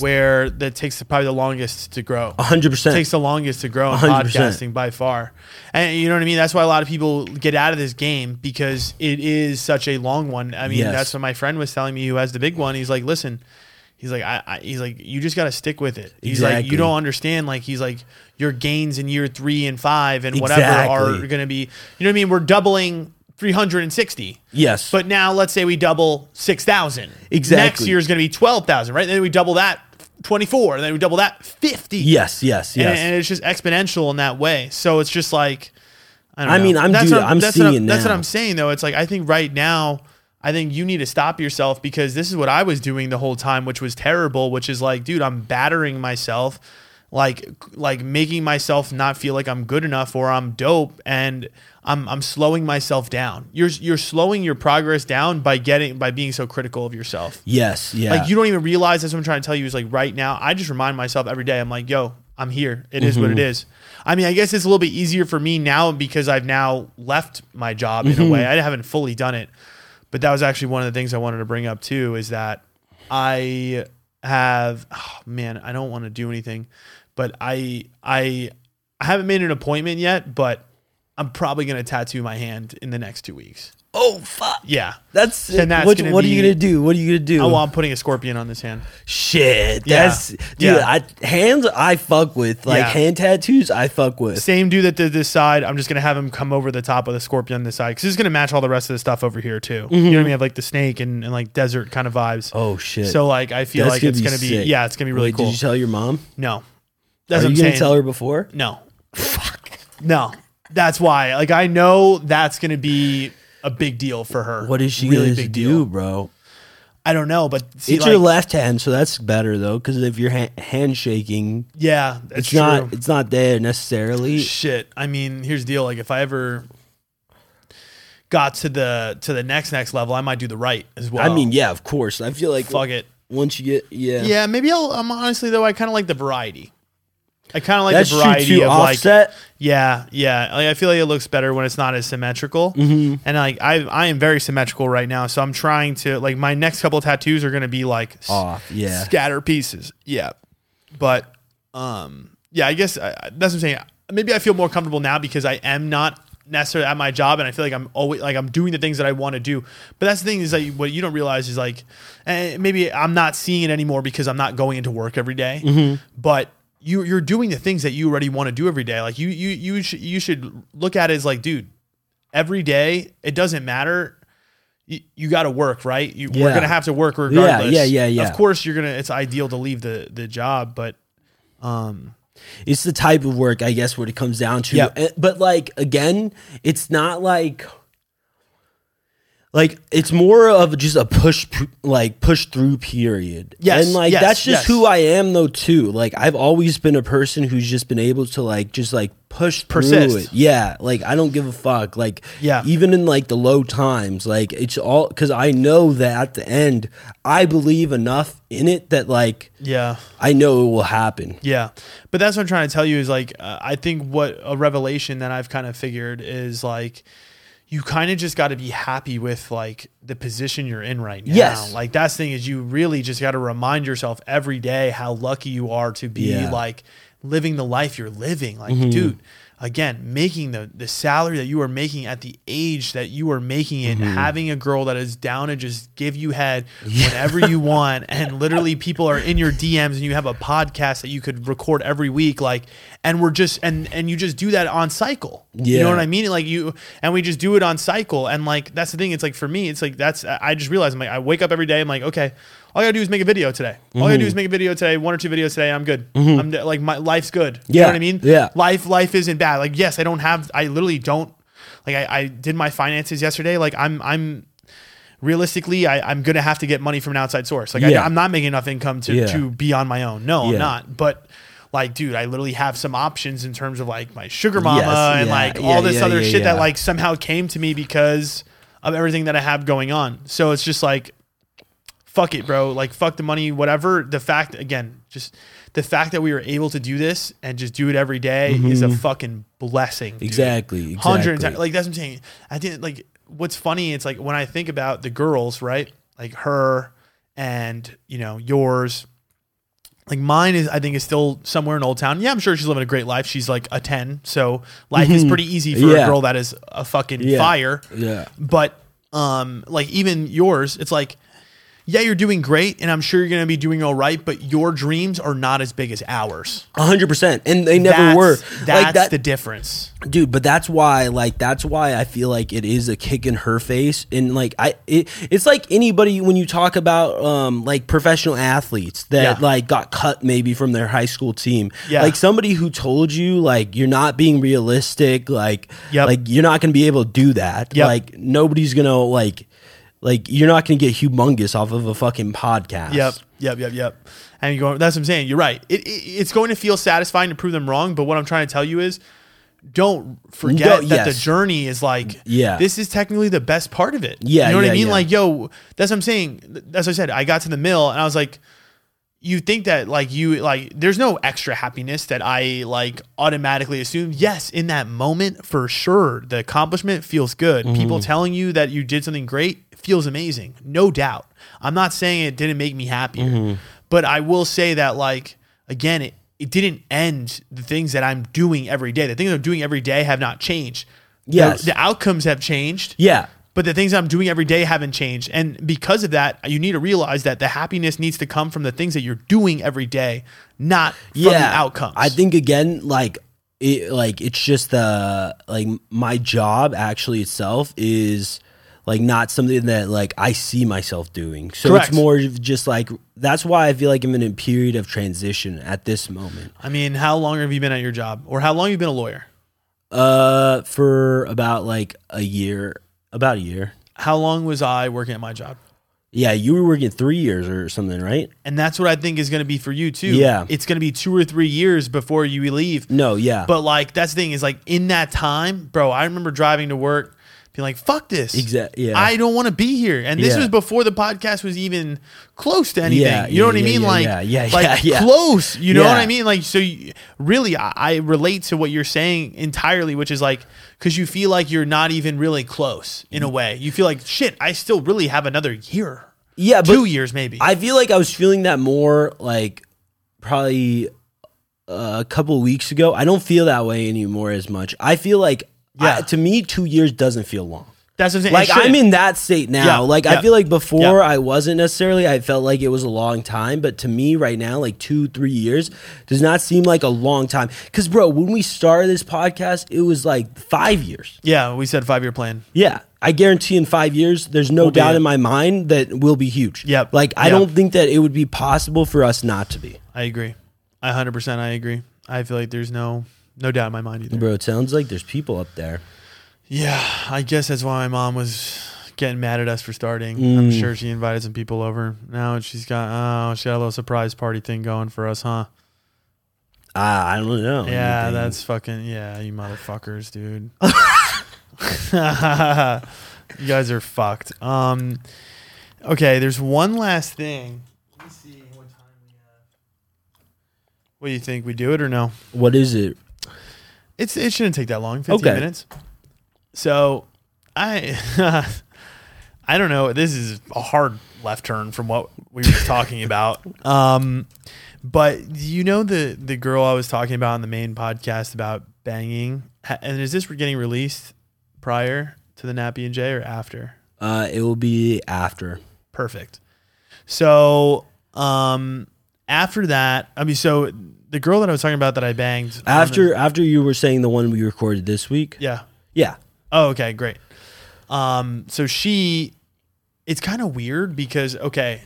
Speaker 2: where that takes probably the longest to grow.
Speaker 3: 100%. [LAUGHS]
Speaker 2: takes the longest to grow in
Speaker 3: 100%.
Speaker 2: podcasting by far, and you know what I mean. That's why a lot of people get out of this game because it is such a long one. I mean,
Speaker 3: Yes.
Speaker 2: that's what my friend was telling me who has the big one. He's like, listen. He's like, I, I, he's like, you just got to stick with it. He's like,
Speaker 3: Exactly.
Speaker 2: you don't understand. Like, he's like, your gains in year three and five and whatever
Speaker 3: Exactly.
Speaker 2: are going to be, you know what I mean? We're doubling 360.
Speaker 3: Yes.
Speaker 2: But now let's say we double 6,000.
Speaker 3: Exactly.
Speaker 2: Next year is going to be 12,000, right? Then we double that 24, and then we double that 50.
Speaker 3: yes, yes,
Speaker 2: And,
Speaker 3: yes.
Speaker 2: and it's just exponential in that way. So it's just like, I, don't
Speaker 3: I
Speaker 2: know.
Speaker 3: mean, I'm
Speaker 2: what
Speaker 3: dude, I'm
Speaker 2: that's
Speaker 3: seeing
Speaker 2: what
Speaker 3: it now.
Speaker 2: That's what I'm saying, though. It's like, I think right now, I think you need to stop yourself because this is what I was doing the whole time, which was terrible, which is like, dude, I'm battering myself. Like, like making myself not feel like I'm good enough or I'm dope, and I'm I'm slowing myself down. You're you're slowing your progress down by getting by being so critical of yourself.
Speaker 3: yes, yeah.
Speaker 2: Like you don't even realize that's what I'm trying to tell you is like right now. I just remind myself every day. I'm like, yo, I'm here. It is what it is. I mean, I guess it's a little bit easier for me now because I've now left my job in a way. I haven't fully done it, but that was actually one of the things I wanted to bring up too. Is that I have oh man, I don't want to do anything, but I I I haven't made an appointment yet, but I'm probably gonna tattoo my hand in the next two weeks.
Speaker 3: oh fuck.
Speaker 2: Yeah.
Speaker 3: That's,
Speaker 2: And that's
Speaker 3: what,
Speaker 2: gonna
Speaker 3: what are you
Speaker 2: be-
Speaker 3: gonna do? What are you gonna do?
Speaker 2: Oh, I'm putting a scorpion on this hand.
Speaker 3: Shit,
Speaker 2: Yeah.
Speaker 3: that's dude.
Speaker 2: Yeah.
Speaker 3: I hands I fuck with like
Speaker 2: Yeah.
Speaker 3: hand tattoos. I fuck with.
Speaker 2: same dude that did this side. I'm just gonna have him come over the top of the scorpion on this side because it's gonna match all the rest of the stuff over here too. You know what I mean? I have like the snake and, and like desert kind of vibes.
Speaker 3: Mm-hmm. Oh shit!
Speaker 2: so like I feel
Speaker 3: That's
Speaker 2: like it's gonna be
Speaker 3: sick.
Speaker 2: yeah, it's gonna be really
Speaker 3: Wait,
Speaker 2: cool.
Speaker 3: Did you tell your mom?
Speaker 2: no, that's
Speaker 3: Are
Speaker 2: what I'm
Speaker 3: you gonna
Speaker 2: saying.
Speaker 3: tell her before?
Speaker 2: no, no, that's why. Like I know that's gonna be a big deal for her.
Speaker 3: What is she gonna do,
Speaker 2: deal.
Speaker 3: bro?
Speaker 2: I don't know, but see,
Speaker 3: It's your
Speaker 2: like,
Speaker 3: left hand, so that's better though, because if you're ha- hand shaking,
Speaker 2: yeah,
Speaker 3: it's
Speaker 2: that's
Speaker 3: not
Speaker 2: true.
Speaker 3: it's not there necessarily.
Speaker 2: shit. I mean, here's the deal. Like if I ever got to the to the next next level, I might do the right as well.
Speaker 3: I mean, yeah, of course. I feel like
Speaker 2: fuck it.
Speaker 3: once you get yeah,
Speaker 2: Yeah, maybe I'll. I'm honestly though, I kind of like the variety. I kind of like
Speaker 3: that's
Speaker 2: the variety
Speaker 3: true too.
Speaker 2: of like,
Speaker 3: Offset,
Speaker 2: yeah, yeah. Like, I feel like it looks better when it's not as symmetrical.
Speaker 3: Mm-hmm.
Speaker 2: And like I, I am very symmetrical right now, so I'm trying to like my next couple tattoos are gonna be like s-
Speaker 3: off, yeah.
Speaker 2: scatter pieces. Yeah, but um, yeah, I guess I, I- that's what I'm saying. Maybe I feel more comfortable now because I am not necessarily at my job, and I feel like I'm always like I'm doing the things that I want to do. But that's the thing is like what you don't realize is like eh, maybe I'm not seeing it anymore because I'm not going into work every day.
Speaker 3: Mm-hmm.
Speaker 2: But you you're doing the things that you already want to do every day. Like you you you should you should look at it as like, dude, every day. It doesn't matter. You, you got to work, right? You, We're
Speaker 3: Yeah.
Speaker 2: gonna have to work regardless.
Speaker 3: yeah, yeah, yeah.
Speaker 2: Of course, you're gonna. It's ideal to leave the the job, but
Speaker 3: It's the type of work, I guess, what it comes down to.
Speaker 2: Yep.
Speaker 3: Eh, But like again, it's not like like it's more of just a push like push through period.
Speaker 2: Yes,
Speaker 3: And like
Speaker 2: yes,
Speaker 3: that's just
Speaker 2: yes.
Speaker 3: who I am though too. Like I've always been a person who's just been able to like just like push through
Speaker 2: Persist.
Speaker 3: it. Yeah. Like I don't give a fuck. Like
Speaker 2: Yeah.
Speaker 3: even in like the low times, like it's all cause I know that at the end I believe enough in it that like
Speaker 2: yeah.
Speaker 3: I know it will happen.
Speaker 2: Yeah, but that's what I'm trying to tell you is like uh, I think what a revelation that I've kind of figured is like you kind of just got to be happy with like the position you're in right now.
Speaker 3: Yes.
Speaker 2: Like that's the thing is you really just got to remind yourself every day how lucky you are to be
Speaker 3: Yeah. Mm-hmm.
Speaker 2: like living the life you're living. Like dude, again, making the the salary that you are making at the age that you are making it,
Speaker 3: Mm-hmm.
Speaker 2: having a girl that is down to just give you
Speaker 3: [LAUGHS]
Speaker 2: head whenever you want and literally people are in your DMs and you have a podcast that you could record every week like and we're just and and you just do that on cycle. You know
Speaker 3: Yeah.
Speaker 2: what I mean? I mean, like you, and we just do it on cycle. And like that's the thing. It's like for me, it's like that's. I I just realized I'm like I wake up every day. I'm like, okay, all I gotta do is make a video today. All I gotta
Speaker 3: Mm-hmm.
Speaker 2: do is make a video today, one or two videos today. I'm good. I'm d- like my life's good. You know
Speaker 3: Yeah,
Speaker 2: what I mean?
Speaker 3: yeah.
Speaker 2: Life, life isn't bad. Like yes, I don't have. I literally don't. Like I, I did my finances yesterday. Like I'm, I'm. Realistically, I, I'm gonna have to get money from an outside source. Like
Speaker 3: Yeah.
Speaker 2: I, I'm not making enough income to
Speaker 3: Yeah.
Speaker 2: to be on my own. No, I'm
Speaker 3: Yeah.
Speaker 2: not. But like, dude, I literally have some options in terms of like my sugar mama
Speaker 3: Yes,
Speaker 2: and
Speaker 3: yeah,
Speaker 2: like
Speaker 3: yeah,
Speaker 2: all this
Speaker 3: yeah,
Speaker 2: other
Speaker 3: yeah,
Speaker 2: shit that
Speaker 3: yeah.
Speaker 2: like somehow came to me because of everything that I have going on. So it's just like fuck it, bro. Like fuck the money, whatever. The fact again, just the fact that we were able to do this and just do it every day is a fucking blessing. dude.
Speaker 3: Mm-hmm. Exactly. Exactly.
Speaker 2: Hundred and ten- like that's what I'm saying. I didn't like what's funny. It's like when I think about the girls, right? Like her and you know yours. Like mine is, I think, is still somewhere in Old Town. Yeah, I'm sure she's living a great life. She's like a ten, so life is pretty easy for
Speaker 3: Mm-hmm. Yeah.
Speaker 2: a girl that is a fucking
Speaker 3: Yeah.
Speaker 2: fire.
Speaker 3: Yeah.
Speaker 2: But um, like even yours, it's like, yeah, you're doing great, and I'm sure you're gonna be doing all right. But your dreams are not as big as ours.
Speaker 3: A hundred percent, and they never
Speaker 2: That's-
Speaker 3: were.
Speaker 2: That's
Speaker 3: like that,
Speaker 2: the difference.
Speaker 3: dude. But that's why, like, that's why I feel like it is a kick in her face, and like I, it, it's like anybody when you talk about um like professional athletes that
Speaker 2: Yeah.
Speaker 3: like got cut maybe from their high school team,
Speaker 2: Yeah.
Speaker 3: like somebody who told you like you're not being realistic, like
Speaker 2: Yep.
Speaker 3: like you're not gonna be able to do that,
Speaker 2: Yep.
Speaker 3: like nobody's gonna like. Like you're not gonna get humongous off of a fucking podcast.
Speaker 2: Yep, yep, yep, yep. And you go. That's what I'm saying. You're right. It, it, it's going to feel satisfying to prove them wrong. But what I'm trying to tell you is, don't forget
Speaker 3: No,
Speaker 2: that the
Speaker 3: yes.
Speaker 2: journey is like.
Speaker 3: Yeah.
Speaker 2: This is technically the best part of it.
Speaker 3: Yeah,
Speaker 2: You know what
Speaker 3: yeah,
Speaker 2: I mean?
Speaker 3: yeah.
Speaker 2: Like, yo, that's what I'm saying. That's what I said. I got to the mill and I was like. You think that like you like there's no extra happiness that I like automatically assume. Yes, in that moment for sure, the accomplishment feels good. People telling you that you did something great feels amazing, no doubt. I'm not saying it didn't make me happier, but I will say that like again, it, it didn't end the things that I'm doing every day. The things I'm doing every day have not changed. The-
Speaker 3: Yes.
Speaker 2: the outcomes have changed
Speaker 3: Yeah.
Speaker 2: but the things I'm doing every day haven't changed. And because of that, you need to realize that the happiness needs to come from the things that you're doing every day, not from the outcomes.
Speaker 3: I think again, like it, like it's just the like my job actually itself is like not something that like I see myself doing. So
Speaker 2: Correct.
Speaker 3: it's more of just like that's why I feel like I'm in a period of transition at this moment.
Speaker 2: I mean, how long have you been at your job, or how long have you been a lawyer?
Speaker 3: Uh, for about like a year, about a year.
Speaker 2: How long was I working at my job?
Speaker 3: Yeah, you were working three years or something, right?
Speaker 2: And that's what I think is going to be for you too.
Speaker 3: Yeah.
Speaker 2: it's going to be two or three years before you leave.
Speaker 3: No, yeah,
Speaker 2: But like that's the thing is like in that time, bro, I remember driving to work being like, fuck this.
Speaker 3: Exact- yeah.
Speaker 2: I don't want to be here. And this
Speaker 3: Yeah.
Speaker 2: was before the podcast was even close to anything.
Speaker 3: Yeah,
Speaker 2: you know
Speaker 3: yeah,
Speaker 2: what I
Speaker 3: yeah,
Speaker 2: mean?
Speaker 3: yeah,
Speaker 2: like
Speaker 3: yeah, yeah,
Speaker 2: like
Speaker 3: yeah, yeah.
Speaker 2: close. You know what
Speaker 3: Yeah.
Speaker 2: I mean? Like so you, really I, I relate to what you're saying entirely, which is like cause you feel like you're not even really close in a
Speaker 3: Mm.
Speaker 2: way. You feel like shit, I still really have another year.
Speaker 3: yeah, but
Speaker 2: Two years maybe.
Speaker 3: I feel like I was feeling that more like probably uh, a couple weeks ago. I don't feel that way anymore as much. I feel like I-
Speaker 2: Yeah.
Speaker 3: to me, two years doesn't feel long.
Speaker 2: That's what I'm saying.
Speaker 3: Like
Speaker 2: It should.
Speaker 3: I'm in that state now.
Speaker 2: Yeah,
Speaker 3: like
Speaker 2: yeah,
Speaker 3: I feel like before
Speaker 2: yeah.
Speaker 3: I wasn't necessarily. I felt like it was a long time, but to me right now, like two, three years does not seem like a long time. Because bro, when we started this podcast, it was like five years.
Speaker 2: Yeah, we said five year plan.
Speaker 3: Yeah, I guarantee in five years, there's no
Speaker 2: be
Speaker 3: doubt
Speaker 2: it.
Speaker 3: in my mind that we'll be huge.
Speaker 2: Yep,
Speaker 3: Like I
Speaker 2: yep.
Speaker 3: don't think that it would be possible for us not to be.
Speaker 2: I agree. I hundred percent. I agree. I feel like there's no no doubt in my mind either.
Speaker 3: Bro, it sounds like there's people up there.
Speaker 2: Yeah, I guess that's why my mom was getting mad at us for starting. I'm sure she invited some people over. Now she's got oh she got a little surprise party thing going for us, huh?
Speaker 3: Ah, I, I don't know.
Speaker 2: Yeah,
Speaker 3: anything.
Speaker 2: that's fucking yeah, you motherfuckers, dude. you guys are fucked. Um, okay, there's one last thing. Let me see what time we have. What do you think? We do it or no?
Speaker 3: what is it?
Speaker 2: It's it shouldn't take that long. Fifteen
Speaker 3: Okay.
Speaker 2: minutes. So, I [LAUGHS] I don't know. This is a hard left turn from what we were talking
Speaker 3: [LAUGHS]
Speaker 2: about. Um, but you know the the girl I was talking about on the main podcast about banging, Ha- and is this getting released prior to the Nappy and Jay or after?
Speaker 3: Uh, it will be after.
Speaker 2: Perfect. So, um, after that, I mean, so the girl that I was talking about that I banged on the-
Speaker 3: After after you were saying the one we recorded this week.
Speaker 2: yeah.
Speaker 3: Yeah.
Speaker 2: Oh, okay, great. Um, so she, it's kind of weird because okay,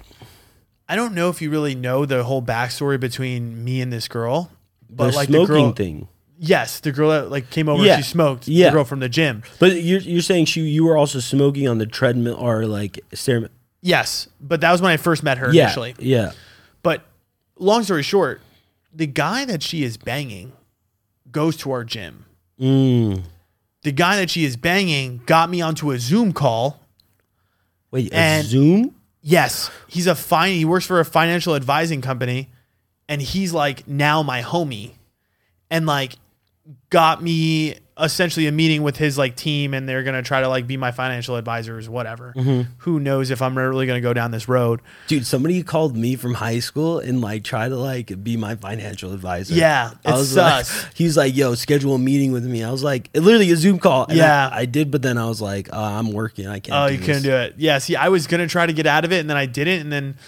Speaker 2: I don't know if you really know the whole backstory between me and this girl, but
Speaker 3: the
Speaker 2: like
Speaker 3: smoking
Speaker 2: the girl,
Speaker 3: thing.
Speaker 2: yes, the girl that like came over,
Speaker 3: Yeah.
Speaker 2: and she smoked,
Speaker 3: Yeah.
Speaker 2: the girl from the gym,
Speaker 3: But you're you're saying she you were also smoking on the treadmill or like ceremony.
Speaker 2: yes, but that was when I first met her
Speaker 3: Yeah.
Speaker 2: initially.
Speaker 3: Yeah.
Speaker 2: But long story short, the guy that she is banging goes to our gym.
Speaker 3: Mm.
Speaker 2: The guy that she is banging got me onto a Zoom call
Speaker 3: Wait, a
Speaker 2: And-
Speaker 3: Zoom?
Speaker 2: Yes, he's a fine. He works for a financial advising company, and he's like now my homie, and like got me essentially a meeting with his like team, and they're gonna try to like be my financial advisors, whatever. Who knows if I'm really gonna go down this road?
Speaker 3: Dude, somebody called me from high school and like tried to like be my financial advisor.
Speaker 2: Yeah,
Speaker 3: I
Speaker 2: it's
Speaker 3: was like,
Speaker 2: sus.
Speaker 3: [LAUGHS] he's like, "Yo, schedule a meeting with me." I was like, literally a Zoom call. And I-
Speaker 2: Yeah.
Speaker 3: I, did, but then I was like, uh, "I'm working. I can't."
Speaker 2: Oh, you couldn't do it. Yeah, see, I was gonna try to get out of it, and then I didn't, and then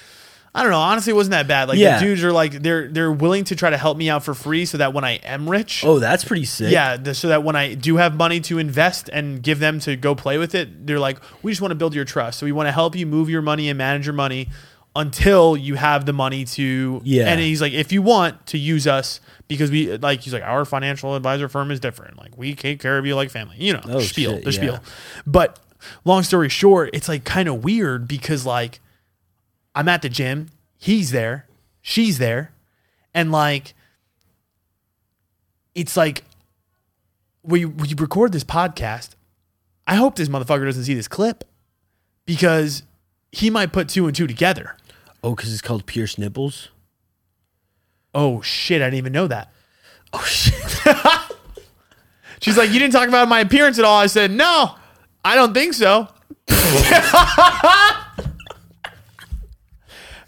Speaker 2: I don't know. Honestly, it wasn't that bad. Like
Speaker 3: Yeah.
Speaker 2: the dudes are like they're they're willing to try to help me out for free, so that when I am rich,
Speaker 3: Oh, that's pretty sick.
Speaker 2: Yeah, the, so that when I do have money to invest and give them to go play with it, they're like, we just want to build your trust. So we want to help you move your money and manage your money until you have the money to.
Speaker 3: Yeah.
Speaker 2: And he's like, if you want to use us, because we like, he's like, our financial advisor firm is different. Like we take care of you like family, you know,
Speaker 3: Oh,
Speaker 2: spiel,
Speaker 3: shit,
Speaker 2: the
Speaker 3: yeah.
Speaker 2: spiel. But long story short, it's like kind of weird because like I'm at the gym, he's there, she's there, and like it's like we we record this podcast. I hope this motherfucker doesn't see this clip because he might put two and two together.
Speaker 3: Oh, because it's called Pierce Nipples.
Speaker 2: Oh shit, I didn't even know that.
Speaker 3: Oh shit.
Speaker 2: [LAUGHS] She's like, "You didn't talk about my appearance at all." I said, "No, I don't think so." [LAUGHS]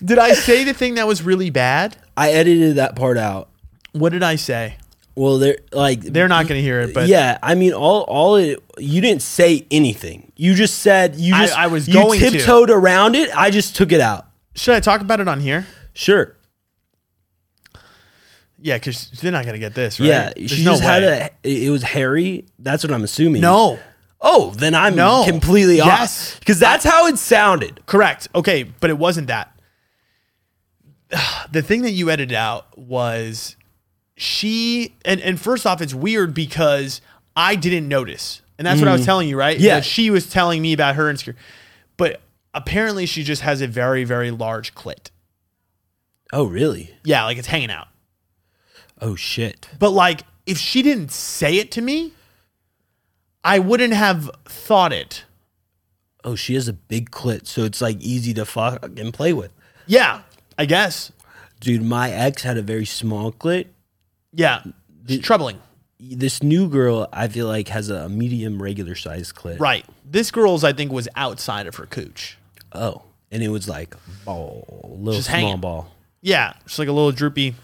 Speaker 2: did I say the thing that was really bad?
Speaker 3: I edited that part out.
Speaker 2: What did I say?
Speaker 3: Well, they're like
Speaker 2: They're not going to hear it, but
Speaker 3: yeah. I mean, all all it, you didn't say anything. You just said you
Speaker 2: I-
Speaker 3: just
Speaker 2: I was
Speaker 3: you
Speaker 2: going to.
Speaker 3: tiptoed around it. I just took it out.
Speaker 2: should I talk about it on here?
Speaker 3: Sure.
Speaker 2: Yeah, because they're not going to get this, right?
Speaker 3: Yeah.
Speaker 2: There's
Speaker 3: she
Speaker 2: no
Speaker 3: just had
Speaker 2: way.
Speaker 3: a. It it was hairy. That's what I'm assuming.
Speaker 2: No.
Speaker 3: Oh, then I'm
Speaker 2: No.
Speaker 3: completely off.
Speaker 2: Yes.
Speaker 3: Because that's how it sounded.
Speaker 2: Correct. Okay, but it wasn't that. [SIGHS] The thing that you edited out was she and and first off it's weird because I didn't notice. And that's what I was telling you, right?
Speaker 3: Yeah.
Speaker 2: That she was telling me about her insecure. But apparently she just has a very very large clit.
Speaker 3: Oh really?
Speaker 2: Yeah, like it's hanging out.
Speaker 3: Oh shit.
Speaker 2: But like if she didn't say it to me, I wouldn't have thought it.
Speaker 3: Oh, she has a big clit, so it's like easy to fuck and play with.
Speaker 2: Yeah, I guess.
Speaker 3: Dude, my ex had a very small clit.
Speaker 2: Yeah. It's troubling.
Speaker 3: This new girl, I feel like, has a medium regular size clit.
Speaker 2: Right. This girl's, I think, was outside of her cooch.
Speaker 3: Oh, and it was like ball, little
Speaker 2: Just
Speaker 3: small
Speaker 2: hanging.
Speaker 3: ball.
Speaker 2: Yeah, just like a little droopy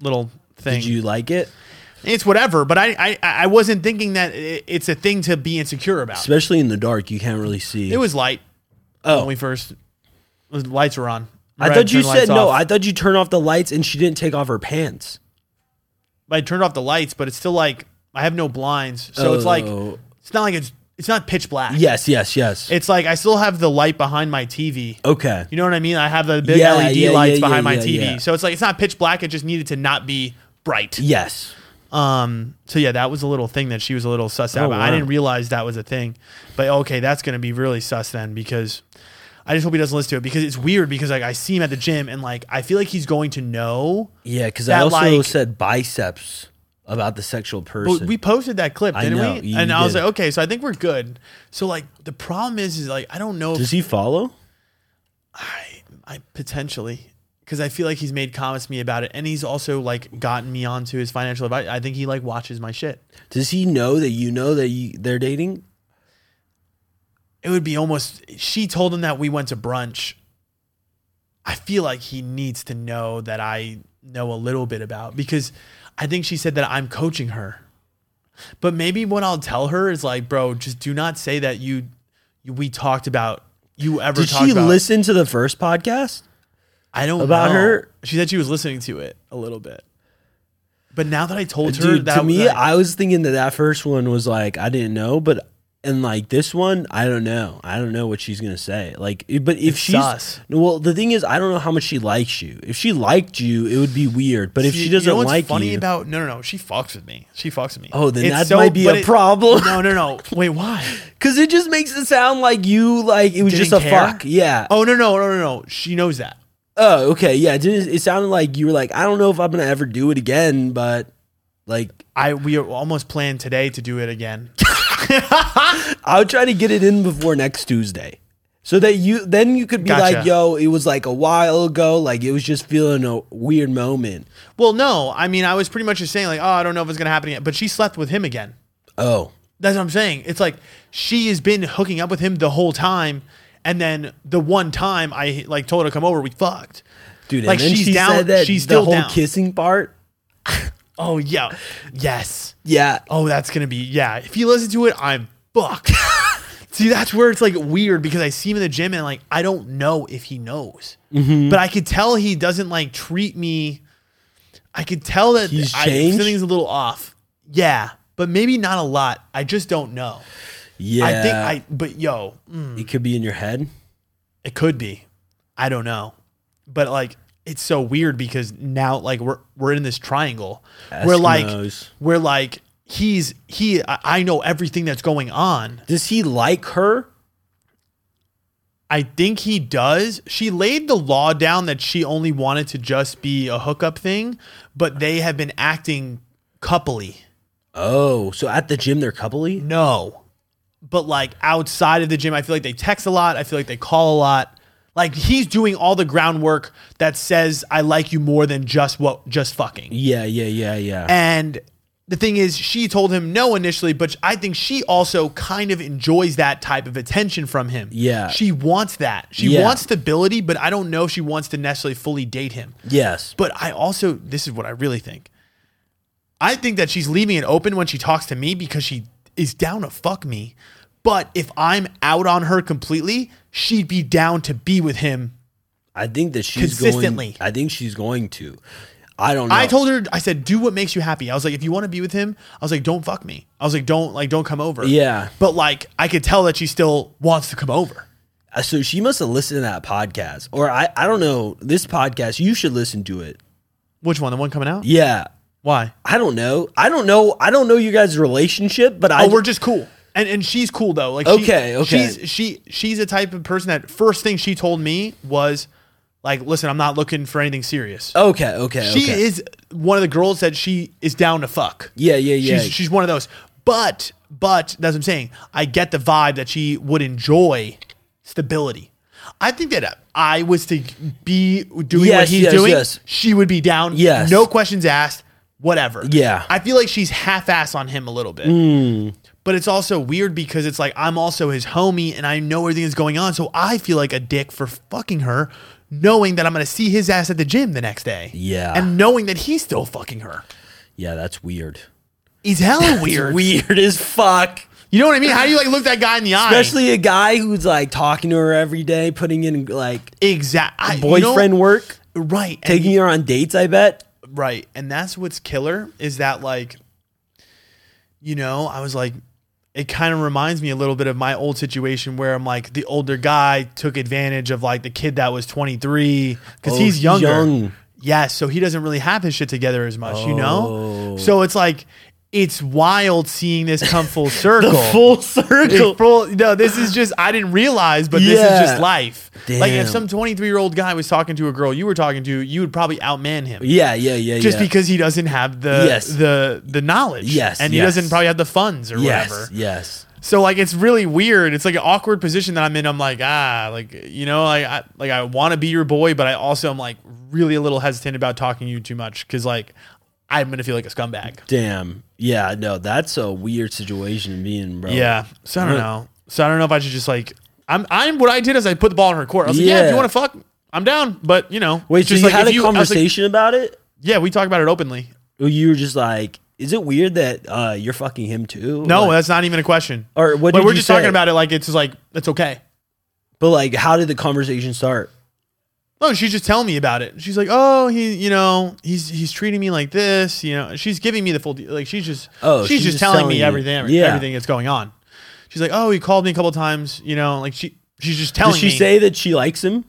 Speaker 2: little thing.
Speaker 3: Did you like it?
Speaker 2: It's whatever, but I I, I wasn't thinking that i- it's a thing to be insecure about.
Speaker 3: especially in the dark. You can't really see.
Speaker 2: It was light
Speaker 3: oh,
Speaker 2: when we first the lights were on.
Speaker 3: I thought you said no. I thought you turned off the lights and she didn't take off her pants.
Speaker 2: I turned off the lights, but it's still like I have no blinds, so it's like
Speaker 3: Oh.
Speaker 2: it's not like it's it's not pitch black.
Speaker 3: Yes, yes, yes.
Speaker 2: it's like I still have the light behind my TV.
Speaker 3: okay.
Speaker 2: You know what I mean? I have the big
Speaker 3: Oh. Yeah,
Speaker 2: LED
Speaker 3: yeah,
Speaker 2: lights
Speaker 3: yeah, yeah,
Speaker 2: behind my
Speaker 3: yeah,
Speaker 2: TV,
Speaker 3: yeah.
Speaker 2: so it's like it's not pitch black. It just needed to not be bright.
Speaker 3: Yes.
Speaker 2: Um, so yeah, that was a little thing that she was a little sus
Speaker 3: Oh,
Speaker 2: about. I
Speaker 3: wow.
Speaker 2: didn't realize that was a thing, but okay, that's gonna be really sus then because I just hope he doesn't listen to it because it's weird because like I see him at the gym and like I feel like he's going to know.
Speaker 3: Yeah, because I
Speaker 2: That,
Speaker 3: also
Speaker 2: like-
Speaker 3: said biceps about the sexual
Speaker 2: But
Speaker 3: person.
Speaker 2: we posted that clip,
Speaker 3: I
Speaker 2: didn't
Speaker 3: know,
Speaker 2: we?
Speaker 3: you
Speaker 2: And I was
Speaker 3: did.
Speaker 2: like, okay, so I think we're good. So like the problem is, is like I don't know if
Speaker 3: Does he follow?
Speaker 2: I, I potentially because I feel like he's made comments to me about it, and he's also like gotten me onto his financial advice. I think he like watches my shit.
Speaker 3: Does he know that you know that you, they're dating?
Speaker 2: it would be almost she told him that we went to brunch i feel like he needs to know that i know a little bit about because i think she said that i'm coaching her but maybe what i'll tell her is like bro just do not say that you, you we talked about you ever
Speaker 3: Did
Speaker 2: talked
Speaker 3: she
Speaker 2: about
Speaker 3: listen to the first podcast?
Speaker 2: i don't
Speaker 3: about
Speaker 2: know.
Speaker 3: her?
Speaker 2: she said she was listening to it a little bit but now that i told her
Speaker 3: Dude,
Speaker 2: that
Speaker 3: to me,
Speaker 2: that-
Speaker 3: I was thinking that that first one was like I didn't know, but and like this one, I don't know. I don't know what she's gonna say. Like, it- but if she's
Speaker 2: sus.
Speaker 3: well, the thing is, I don't know how much she likes you. If she liked you, it would be weird. But if she
Speaker 2: you
Speaker 3: doesn't
Speaker 2: know what's
Speaker 3: like
Speaker 2: funny
Speaker 3: you,
Speaker 2: about no no no she fucks with me she fucks with me
Speaker 3: oh, then
Speaker 2: It's
Speaker 3: that
Speaker 2: so-
Speaker 3: might be
Speaker 2: but
Speaker 3: a
Speaker 2: it-
Speaker 3: problem.
Speaker 2: no no no wait why
Speaker 3: Because it just makes it sound like you like it was
Speaker 2: Didn't
Speaker 3: just a
Speaker 2: care?
Speaker 3: fuck. Yeah. Oh,
Speaker 2: Oh no no no no no! She knows that.
Speaker 3: okay. Yeah. It, didn't, it sounded like you were like, I don't know if I'm gonna ever do it again, but like
Speaker 2: I we almost planned today to do it again.
Speaker 3: I'll try to get it in before next Tuesday. So that you then you could be like,
Speaker 2: Gotcha.
Speaker 3: yo, it was like a while ago, like it was just feeling a weird moment.
Speaker 2: Well, no, I mean I was pretty much just saying like, oh, I don't know if it's gonna happen again. But she slept with him again.
Speaker 3: Oh.
Speaker 2: That's what I'm saying. It's like she has been hooking up with him the whole time, and then the one time I like told her to come over, we fucked.
Speaker 3: Dude,
Speaker 2: Like,
Speaker 3: and then
Speaker 2: she's
Speaker 3: she
Speaker 2: down-
Speaker 3: said that
Speaker 2: she's
Speaker 3: the
Speaker 2: still
Speaker 3: whole
Speaker 2: down.
Speaker 3: kissing part.
Speaker 2: Oh yeah, yes.
Speaker 3: Yeah.
Speaker 2: Oh, that's gonna be yeah. If you listen to it, I'm
Speaker 3: [LAUGHS]
Speaker 2: fucked. See, that's where it's like weird because I see him in the gym and like I don't know if he knows,
Speaker 3: Mm-hmm.
Speaker 2: but I could tell he doesn't like treat me. I could tell that
Speaker 3: He's
Speaker 2: I,
Speaker 3: changed?
Speaker 2: something's a little off. Yeah, but maybe not a lot. I just don't know.
Speaker 3: Yeah.
Speaker 2: I think I, but yo, mm,
Speaker 3: it could be in your head.
Speaker 2: it could be. I don't know, but like it's so weird because now like we're we're in this triangle. We're like
Speaker 3: Eskimos.
Speaker 2: we're like he's he. I, I know everything that's going on.
Speaker 3: Does he like her?
Speaker 2: I think he does. She laid the law down that she only wanted to just be a hookup thing, but they have been acting coupley.
Speaker 3: Oh, so at the gym they're coupley?
Speaker 2: No. But like outside of the gym, I feel like they text a lot. I feel like they call a lot. Like he's doing all the groundwork that says I like you more than just what just fucking.
Speaker 3: Yeah, yeah, yeah, yeah.
Speaker 2: And the thing is, she told him no initially, but I think she also kind of enjoys that type of attention from him.
Speaker 3: Yeah.
Speaker 2: She wants that. She
Speaker 3: Yeah.
Speaker 2: wants stability, but I don't know if she wants to necessarily fully date him.
Speaker 3: yes.
Speaker 2: But I also, this is what I really think. I think that she's leaving it open when she talks to me because she is down to fuck me. But if I'm out on her completely, she'd be down to be with him.
Speaker 3: I think that she's
Speaker 2: Consistently.
Speaker 3: Going, I think she's going to. I don't know.
Speaker 2: I told her, I said, do what makes you happy. I was like, if you want to be with him, I was like, don't fuck me. I was like, don't like, don't come over.
Speaker 3: Yeah.
Speaker 2: But like, I could tell that she still wants to come over.
Speaker 3: Uh, So she must have listened to that podcast, or I, I don't know this podcast. You should listen to it.
Speaker 2: Which one? The one coming out?
Speaker 3: Yeah,
Speaker 2: Why?
Speaker 3: I don't know. I don't know. I don't know your guys' relationship, but I
Speaker 2: oh, we're just cool. And and she's cool though. Like she-
Speaker 3: Okay, okay.
Speaker 2: She's she she's a type of person that first thing she told me was like, listen, I'm not looking for anything serious.
Speaker 3: okay, okay.
Speaker 2: she
Speaker 3: Oh, okay.
Speaker 2: is one of the girls that she is down to fuck.
Speaker 3: Yeah, yeah, yeah.
Speaker 2: She's she's one of those. But but that's what I'm saying. I get the vibe that she would enjoy stability. I think that if I was to be doing what
Speaker 3: Yes,
Speaker 2: he's
Speaker 3: yes,
Speaker 2: doing,
Speaker 3: yes.
Speaker 2: she would be down.
Speaker 3: Yes.
Speaker 2: No questions asked. Whatever.
Speaker 3: Yeah. Hmm.
Speaker 2: I feel like she's half ass on him a little bit. But it's also weird because it's like I'm also his homie and I know everything that's going on. So I feel like a dick for fucking her, knowing that I'm going to see his ass at the gym the next day.
Speaker 3: Yeah.
Speaker 2: And knowing that he's still fucking her.
Speaker 3: yeah, that's weird.
Speaker 2: He's
Speaker 3: [LAUGHS]
Speaker 2: hella weird.
Speaker 3: weird as fuck.
Speaker 2: You know what I mean? How do you like look that guy in the eye?
Speaker 3: Especially a guy who's like talking to her every day, putting in like
Speaker 2: exactly
Speaker 3: boyfriend work,
Speaker 2: right? and
Speaker 3: taking her on dates. I bet.
Speaker 2: Right. And that's what's killer is that like you know, I was like it kind of reminds me a little bit of my old situation where I'm like the older guy took advantage of like the kid that was 23 cuz
Speaker 3: Oh,
Speaker 2: he's
Speaker 3: he's
Speaker 2: younger.
Speaker 3: young.
Speaker 2: Yes, so he doesn't really have his shit together as much, you
Speaker 3: Oh.
Speaker 2: know? So it's like it's wild seeing this come
Speaker 3: [LAUGHS]
Speaker 2: full circle.
Speaker 3: Full [LAUGHS] circle.
Speaker 2: It's full- no, this is just I didn't realize, but this is
Speaker 3: Yeah.
Speaker 2: just life. Like if
Speaker 3: Damn.
Speaker 2: some 23 year old guy was talking to a girl you were talking to, you would probably outman him
Speaker 3: Yeah, yeah, yeah,
Speaker 2: just
Speaker 3: yeah.
Speaker 2: because he doesn't have the
Speaker 3: Yes.
Speaker 2: the the knowledge.
Speaker 3: Yes,
Speaker 2: and he
Speaker 3: yes.
Speaker 2: doesn't probably have the funds or
Speaker 3: yes,
Speaker 2: whatever.
Speaker 3: yes.
Speaker 2: So like it's really weird. It's like an awkward position that I'm in. I'm like ah, like you know, like I like I want to be your boy, but I also am like really a little hesitant about talking to you too much because like I'm gonna feel like a scumbag.
Speaker 3: Damn. Yeah, no, that's a weird situation to be in, bro.
Speaker 2: Yeah. So I don't know. So I don't know if I should just like I'm I'm what I did is I put the ball in her court. I was like, yeah, if
Speaker 3: Yeah.
Speaker 2: you want to fuck, I'm down. But you know,
Speaker 3: Wait,
Speaker 2: just
Speaker 3: so
Speaker 2: like,
Speaker 3: you had
Speaker 2: if
Speaker 3: a
Speaker 2: you- I was like-
Speaker 3: conversation about it?
Speaker 2: yeah, we talk about it openly.
Speaker 3: Or you were just like, is it weird that uh, you're fucking him too?
Speaker 2: No,
Speaker 3: Like-
Speaker 2: that's not even a question.
Speaker 3: Or what
Speaker 2: But
Speaker 3: did
Speaker 2: we're
Speaker 3: you
Speaker 2: just
Speaker 3: say?
Speaker 2: talking about it like it's just like it's okay.
Speaker 3: but like, how did the conversation start?
Speaker 2: No, she's just telling me about it. She's like, "Oh, he, you know, he's he's treating me like this, you know." She's giving me the full, de- like, she's just,
Speaker 3: Oh,
Speaker 2: she's, just, telling, me
Speaker 3: you.
Speaker 2: everything, every-
Speaker 3: Yeah.
Speaker 2: everything that's going on. She's like, "Oh, he called me a couple times, you know," like she, she's just telling
Speaker 3: Did she
Speaker 2: me.
Speaker 3: say that she likes him?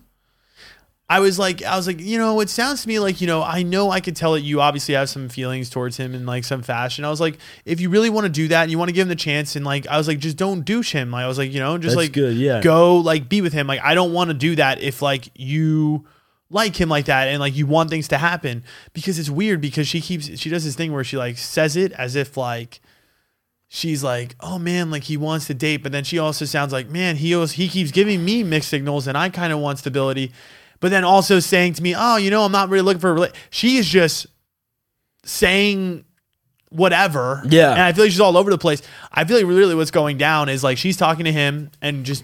Speaker 2: I was like, I was like, you know, it sounds to me like, you know, I know I could tell that you obviously have some feelings towards him in like some fashion. I was like, if you really want to do that and you want to give him the chance, and like, I was like, just don't douche him. Like, I was like, you know, just
Speaker 3: That's
Speaker 2: like,
Speaker 3: good, yeah.
Speaker 2: go like be with him. Like, I don't want to do that if like you like him like that and like you want things to happen because it's weird because she keeps she does this thing where she like says it as if like she's like, oh man, like he wants to date, but then she also sounds like, man, he always, he keeps giving me mixed signals, and I kind of want stability, but then also saying to me, oh, you know, I'm not really looking for a rela-. She is just saying whatever,
Speaker 3: Yeah.
Speaker 2: and I feel like she's all over the place. I feel like really what's going down is like she's talking to him and just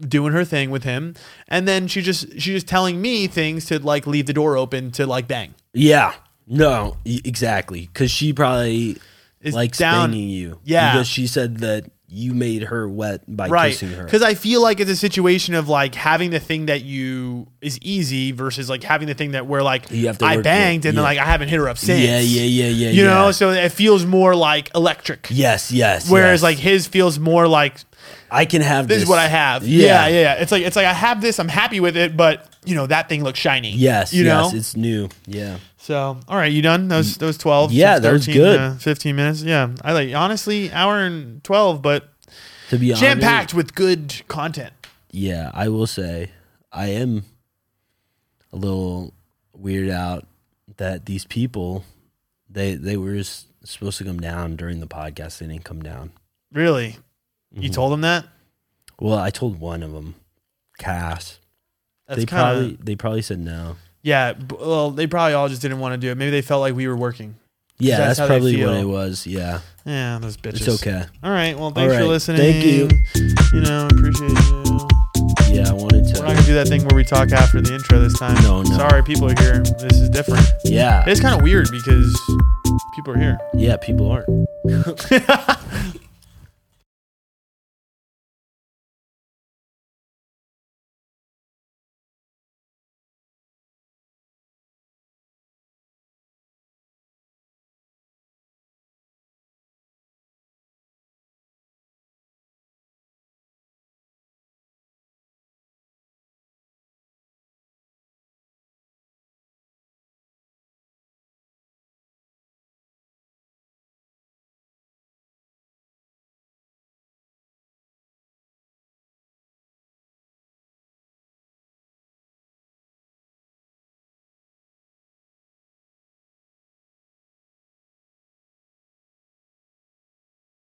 Speaker 2: doing her thing with him, and then she just she's just telling me things to like leave the door open to like bang.
Speaker 3: Yeah. No, e- exactly. Because she probably
Speaker 2: Is
Speaker 3: likes
Speaker 2: down-
Speaker 3: stinging you.
Speaker 2: Yeah.
Speaker 3: Because she said that you made her wet by
Speaker 2: right
Speaker 3: kissing her.
Speaker 2: because i feel like it's a situation of like having the thing that you is easy versus like having the thing that where like
Speaker 3: You have to
Speaker 2: i
Speaker 3: work
Speaker 2: banged
Speaker 3: it,
Speaker 2: and then
Speaker 3: yeah.
Speaker 2: like i haven't hit her up since
Speaker 3: Yeah, yeah, yeah, yeah.
Speaker 2: you
Speaker 3: yeah.
Speaker 2: know so it feels more like electric
Speaker 3: Yes, yes.
Speaker 2: whereas
Speaker 3: yes.
Speaker 2: like his feels more like
Speaker 3: I can have
Speaker 2: this is what i have yeah. yeah yeah it's like it's like i have this i'm happy with it but you know that thing looks shiny
Speaker 3: Yes,
Speaker 2: you know
Speaker 3: yes, it's new. Yeah.
Speaker 2: so all right you done those those 12
Speaker 3: Yeah,
Speaker 2: those
Speaker 3: that was good.
Speaker 2: uh, 15 minutes yeah i like honestly hour and 12 but
Speaker 3: To be honest,
Speaker 2: jam packed with good content
Speaker 3: Yeah, I will say I am a little weirded out that these people they they were s- supposed to come down during the podcast. They didn't come down.
Speaker 2: really you
Speaker 3: Mm-hmm.
Speaker 2: told him that
Speaker 3: Well, I told one of them, Cass.
Speaker 2: That's
Speaker 3: they
Speaker 2: kinda-
Speaker 3: probably they probably said no.
Speaker 2: yeah. b- Well, they probably all just didn't want to do it. Maybe they felt like we were working.
Speaker 3: Yeah,
Speaker 2: that's
Speaker 3: that's,
Speaker 2: how they
Speaker 3: probably what
Speaker 2: feel.
Speaker 3: it was. Yeah,
Speaker 2: Yeah, those bitches.
Speaker 3: it's okay.
Speaker 2: All right. Well, thanks for
Speaker 3: right,
Speaker 2: listening.
Speaker 3: thank you.
Speaker 2: You know, appreciate you.
Speaker 3: Yeah, I wanted
Speaker 2: We're not gonna
Speaker 3: to.
Speaker 2: do that thing where we talk after the intro this time.
Speaker 3: No, no.
Speaker 2: Sorry, people are here. This is different.
Speaker 3: Yeah,
Speaker 2: It's kind of weird because people are here. [LAUGHS]
Speaker 3: yeah, people aren't.